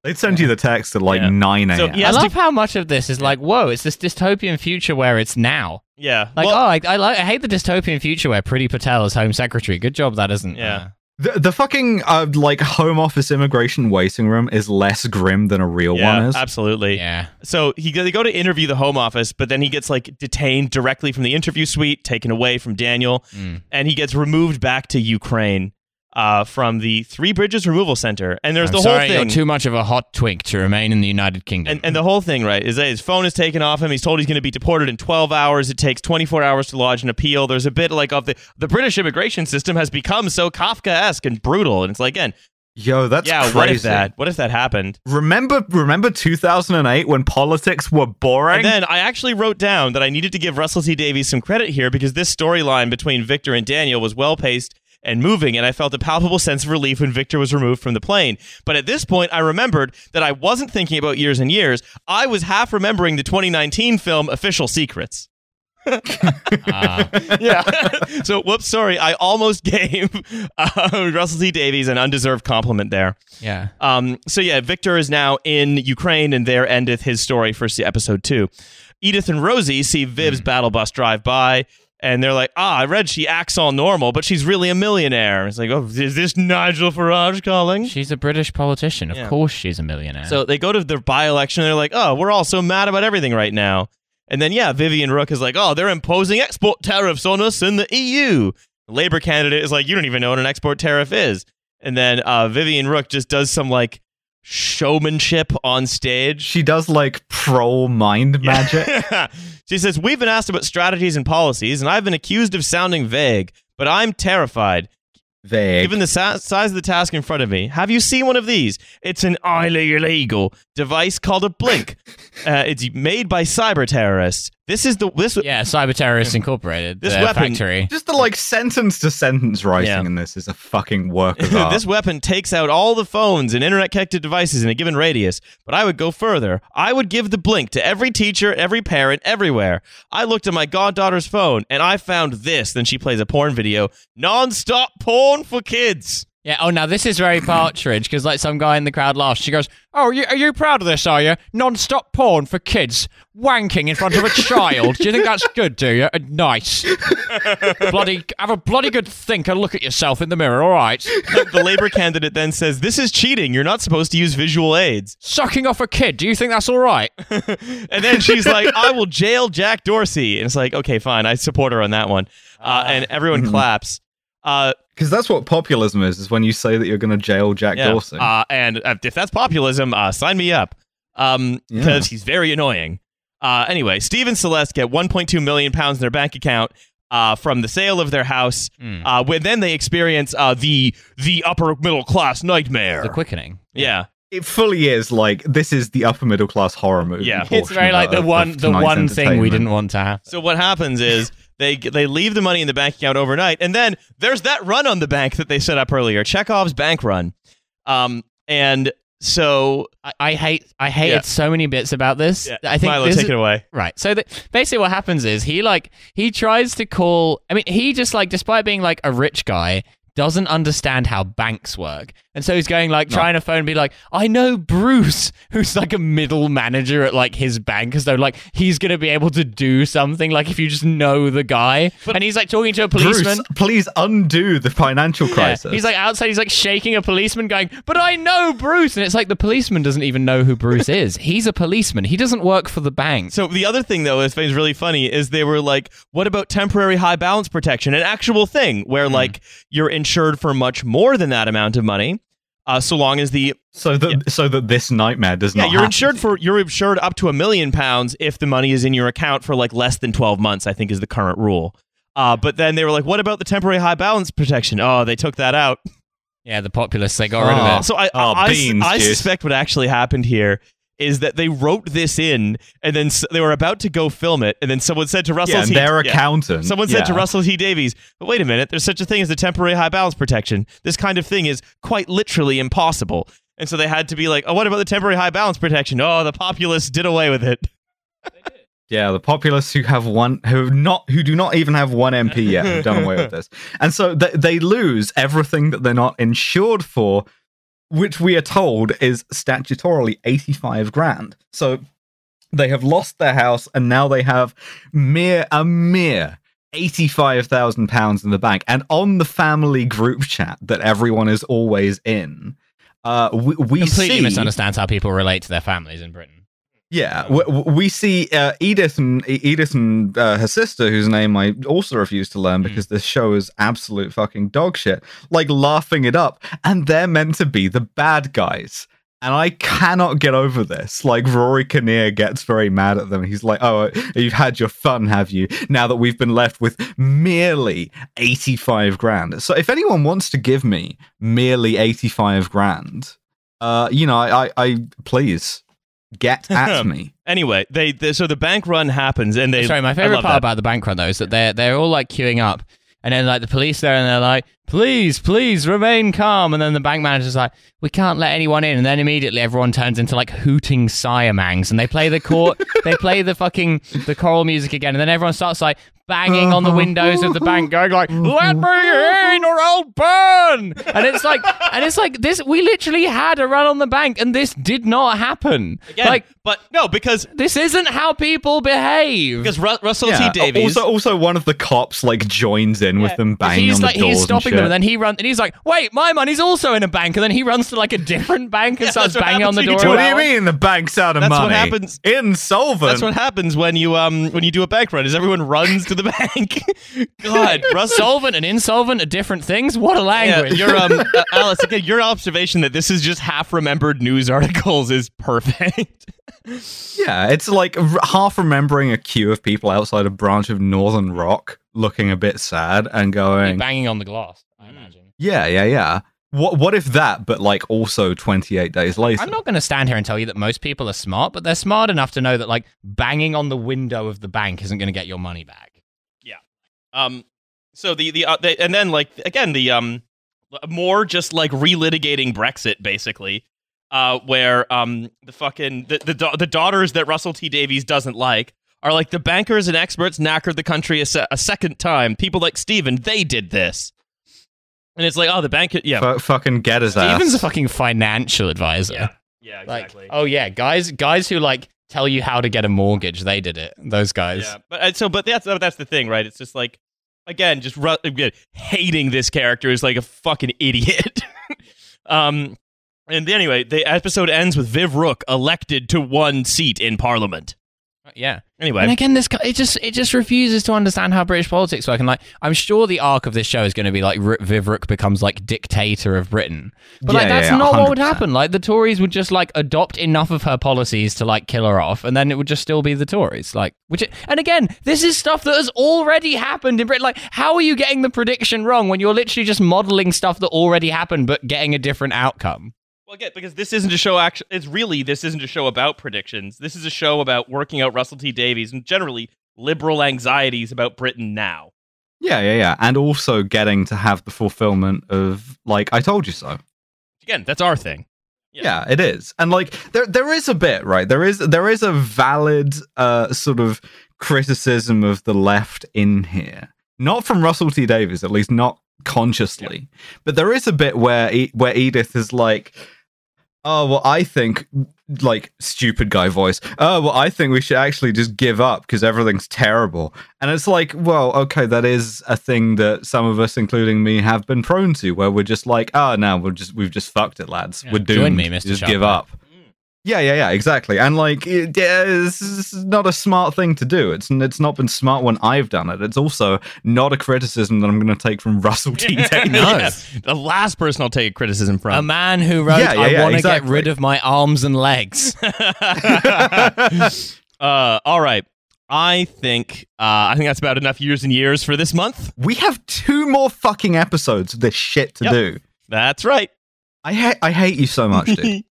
They'd send you the text at like
Yeah.
9 a.m.
So, yeah,
I
Yes,
love how much of this is like, whoa, it's this dystopian future where it's now.
Yeah,
Like,
Well,
oh, I, I, like, I hate the dystopian future where Pretty Patel is Home Secretary. Good job, that isn't.
Yeah.
uh,
the, the fucking uh, like home office immigration waiting room is less grim than a real
yeah,
oh, one is.
absolutely.
uh, yeah.
So he go- they go to interview the Home Office, but then he gets like detained directly from the interview suite, taken away from Daniel,
Mm.
and he gets removed back to Ukraine uh, from the Three Bridges Removal Center. And there's
I'm
the
sorry,
whole thing.
You're too much of a hot twink to remain in the United Kingdom.
and, and the whole thing, right, is that his phone is taken off him. He's told he's going to be deported in 12 hours. It takes 24 hours to lodge an appeal. There's a bit like of the the British immigration system has become so Kafkaesque and brutal, and it's like again
Yo, that's
yeah,
crazy.
what if that? What if that happened?
Remember, remember 2008 when politics were boring.
And then I actually wrote down that I needed to give Russell T Davies some credit here because this storyline between Victor and Daniel was well paced and moving, and I felt a palpable sense of relief when Victor was removed from the plane. But at this point, I remembered that I wasn't thinking about years and years. I was half remembering the 2019 film Official Secrets.
Ah.
Yeah. so, whoops, sorry. I almost gave uh, Russell T Davies an undeserved compliment there.
yeah.
Um, so yeah, Victor is now in Ukraine, and there endeth his story for se- episode two. Edith and Rosie see Viv's battle bus drive by, and they're like, "Ah, I read she acts all normal, but she's really a millionaire." It's like, "Oh, is this Nigel Farage calling?"
She's a British politician. Of
Yeah.
course, she's a millionaire.
So they go to the by-election, and they're like, "Oh, we're all so mad about everything right now." And then yeah, Vivian Rook is like, "Oh, they're imposing export tariffs on us in the EU." The Labour candidate is like, "You don't even know what an export tariff is." And then uh, Vivian Rook just does some like showmanship on stage.
she does like pro mind magic.
Yeah. she says, We've been asked about strategies and policies, and I've been accused of sounding vague, but I'm terrified.
Vague.
Given the sa- size of the task in front of me, have you seen one of these? It's an illegal device called a blink. uh, it's made by cyber terrorists. This is the this
yeah, Cyber Terrorists Incorporated.
This
their
weapon-
factory.
Just the like sentence to sentence writing
Yeah.
in this is a fucking work of art.
this weapon takes out all the phones and internet connected devices in a given radius, but I would go further. I would give the blink to every teacher, every parent, everywhere. I looked at my goddaughter's phone and I found this. Then she plays a porn video. Non-stop porn for kids.
Yeah. Oh, now this is very Partridge because like some guy in the crowd laughs. She goes, "Oh, you, are you proud of this? Are you non-stop porn for kids wanking in front of a child? Do you think that's good? Do you? Uh, nice. bloody have a bloody good think and look at yourself in the mirror. All right,
the labor candidate then says, "This is cheating. You're not supposed to use visual aids."
sucking off a kid. Do you think that's all right?
And then she's like, "I will jail Jack Dorsey." And it's like, "Okay, fine. I support her on that one." Uh, and everyone
Mm-hmm.
claps. Uh,
Because that's what populism is, is when you say that you're going to jail Jack
Yeah.
Dawson.
Uh, and uh, if that's populism, uh, sign me up. Because
Yeah.
he's very annoying. Uh, anyway, Steve and Celeste get 1.2 million pounds in their bank account uh, from the sale of their house.
Hmm.
Uh, when then they experience uh, the the upper middle class nightmare.
the quickening.
yeah,
it fully is like this is the upper middle class horror movie.
Yeah.
portion of- of tonight's entertainment.
want to have.
So what happens is they they leave the money in the bank account overnight, and then there's that run on the bank that they set up earlier, Chekhov's bank run. Um, and so
I, I hate. I hated
Yeah.
so many bits about this.
yeah,
I think
Milo,
this
take
is-
it away.
Right. So the, basically, what happens is he like he tries to call. I mean, he just like despite being like a rich guy, doesn't understand how banks work, and so he's going like trying to phone, and be like, I know Bruce, who's like a middle manager at like his bank, as though like he's gonna be able to do something. Like if you just know the guy, and he's like talking to a policeman.
Bruce, please undo the financial
Yeah.
crisis.
He's like outside, he's like shaking a policeman, going, But I know Bruce. And it's like the policeman doesn't even know who Bruce is. He's a policeman. He doesn't work for the bank.
So the other thing though is is really funny is they were like, what about temporary high balance protection, an actual thing where like you're insured for much more than that amount of money, uh, so long as the
so that so that this nightmare does
yeah
not.
you're
happen.
insured for you're insured up to a million pounds if the money is in your account for like less than twelve months I think is the current rule. Uh, but then they were like, what about the temporary high balance protection? Oh, they took that out.
Yeah, the populists, they got rid of it.
So I,
Oh,
I, I-
beans,
I
dude.
suspect what actually happened here is that they wrote this in and then s- they were about to go film it and then someone said to Russell
Yeah, and
T-
their
yeah.
accountant.
Someone said to
yeah.
Russell T Davies, but wait a minute, there's such a thing as the temporary high balance protection. This kind of thing is quite literally impossible. And so they had to be like, oh, what about the temporary high balance protection? Oh, the populists did away with it.
Yeah, the populists who have one who have not who do not even have one MP yet have done away with this, and so th- they lose everything that they're not insured for, which we are told is statutorily eighty five grand. So they have lost their house, and now they have mere a mere. Eighty-five thousand pounds in the bank, and on the family group chat that everyone is always in, uh, we, we
Completely
see
misunderstands how people relate to their families in Britain.
yeah, w- w- we see uh, Edith and E- Edith and uh, her sister, whose name I also refuse to learn because this show is absolute fucking dog shit. Like laughing it up, and they're meant to be the bad guys, And I cannot get over this. Like Rory Kinnear gets very mad at them. He's like, "Oh, you've had your fun, have you? Now that we've been left with merely eighty-five grand." So, if anyone wants to give me merely eighty-five grand, uh, you know, I, I, I please get at me.
Anyway, they, they so the bank run happens and they.
Sorry, my
I
favorite
love
part
that.
about the bank run though is that they're they're all like queuing up, and then like the police there and they're like, "Please, please remain calm." And then the bank manager's like, "We can't let anyone in." And then immediately everyone turns into like hooting siamangs, and they play the court, they play the fucking the choral music again, and then everyone starts like banging on the windows of the bank, going like, "Let me in or I'll burn!" And it's like, and it's like this. We literally had a run on the bank, and this did not happen.
Again,
Like.
but no, because
This isn't how people behave.
because Ru- Russell T
Yeah.
Davies.
Also, also one of the cops like joins in with them banging
he's
on the
like
doors
he's stopping
and
them
shit.
and then he runs and he's like wait my money's also in a bank and then he runs to like a different bank and starts
that's what
banging on the
happens
door
when
what do
Well,
you mean the bank's out of
that's what
money?
happens-
Insolvent.
that's what happens when you um when you do a bank run. Is everyone runs to the bank? God, Russell.
solvent and insolvent are different things what a
Yeah,
language
your um, uh, Alice. Again, your observation that this is just half-remembered news articles is perfect.
Yeah, it's like r- half remembering a queue of people outside a branch of Northern Rock looking a bit sad and going,
banging on the glass I imagine
yeah, yeah, yeah. What what if that, but like also 28 days later?
I'm not going to stand here and tell you that most people are smart but they're smart enough to know that like banging on the window of the bank isn't going to get your money back
Um, so the the, uh, the and then like again the um more just like relitigating Brexit basically, uh, where um the fucking the the, da- the daughters that Russell T Davies doesn't like are like the bankers and experts knackered the country a, se- a second time. People like Steven, they did this, and it's like oh the bank yeah
Fu- fucking get his ass.
Steven's a fucking financial advisor
yeah yeah
like
exactly.
oh yeah guys guys who like tell you how to get a mortgage they did it those guys
Yeah, but and so but that's uh, that's the thing, right? It's just like again, just ru- again, hating this character is like a fucking idiot. um, and anyway, the episode ends with Viv Rook elected to one seat in Parliament.
yeah
Anyway,
And again, this guy- it just it just refuses to understand how British politics work. And like, I'm sure the arc of this show is going to be like R- Vivek becomes like dictator of Britain, but like
Yeah, yeah,
that's
yeah,
not what would
100%.
happen. Like the Tories would just like adopt enough of her policies to like kill her off, and then it would just still be the Tories. Like, which and again, this is stuff that has already happened in Britain. Like, how are you getting the prediction wrong when you're literally just modeling stuff that already happened but getting a different outcome?
well, again, because this isn't a show. Actually, it's really this isn't a show about predictions. This is a show about working out Russell T Davies and generally liberal anxieties about Britain now.
yeah, yeah, yeah. And also getting to have the fulfillment of, like, I told you so.
Again, that's our thing.
yeah it is and like there there is a bit right there is there is a valid uh sort of criticism of the left in here not from russell t davies at least not consciously but there is a bit where E- where edith is like oh well i think like stupid guy voice oh well i think we should actually just give up because everything's terrible and it's like well okay that is a thing that some of us including me have been prone to where we're just like oh no we're just we've just fucked it lads we're doomed
Join me, Mr.
just
Chopper."
give up yeah yeah yeah exactly and like it, yeah, this is not a smart thing to do it's it's not been smart when i've done it it's also not a criticism that i'm going to take from russell t davies
Yeah. The last person I'll take criticism from.
A man who wrote,
Yeah, yeah,
"I
yeah,
want to
exactly.
get rid of my arms and legs."
uh, all right. I think uh, I think that's about enough years and years for this month.
we have two more fucking episodes of this shit to
Yep.
do
That's right.
I hate I hate you so much, dude.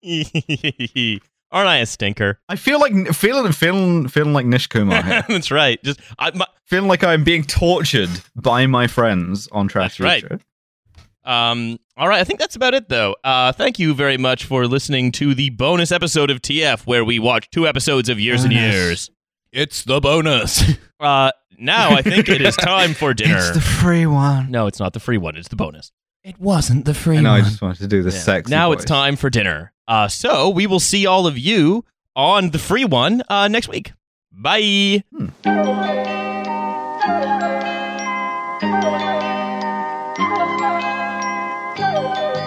Aren't I a stinker?
I feel like feeling feeling feeling like Nish Kumar here.
that's right. Just I, my,
feeling like I'm being tortured by my friends on Trash
That's right.
Future.
um. All right. I think that's about it, though. Uh, thank you very much for listening to the bonus episode of TF, where we watch two episodes of Years and
Bonus.
Years. It's the bonus. Uh, now I think it is time for dinner.
It's the free one.
no, it's not the free one. It's the bonus.
It wasn't the free
I know. I
one.
just wanted to do the
Yeah.
sexy.
Now it's
voice.
time for dinner. Uh, so we will see all of you on the free one uh, next week. Bye.
Thank you.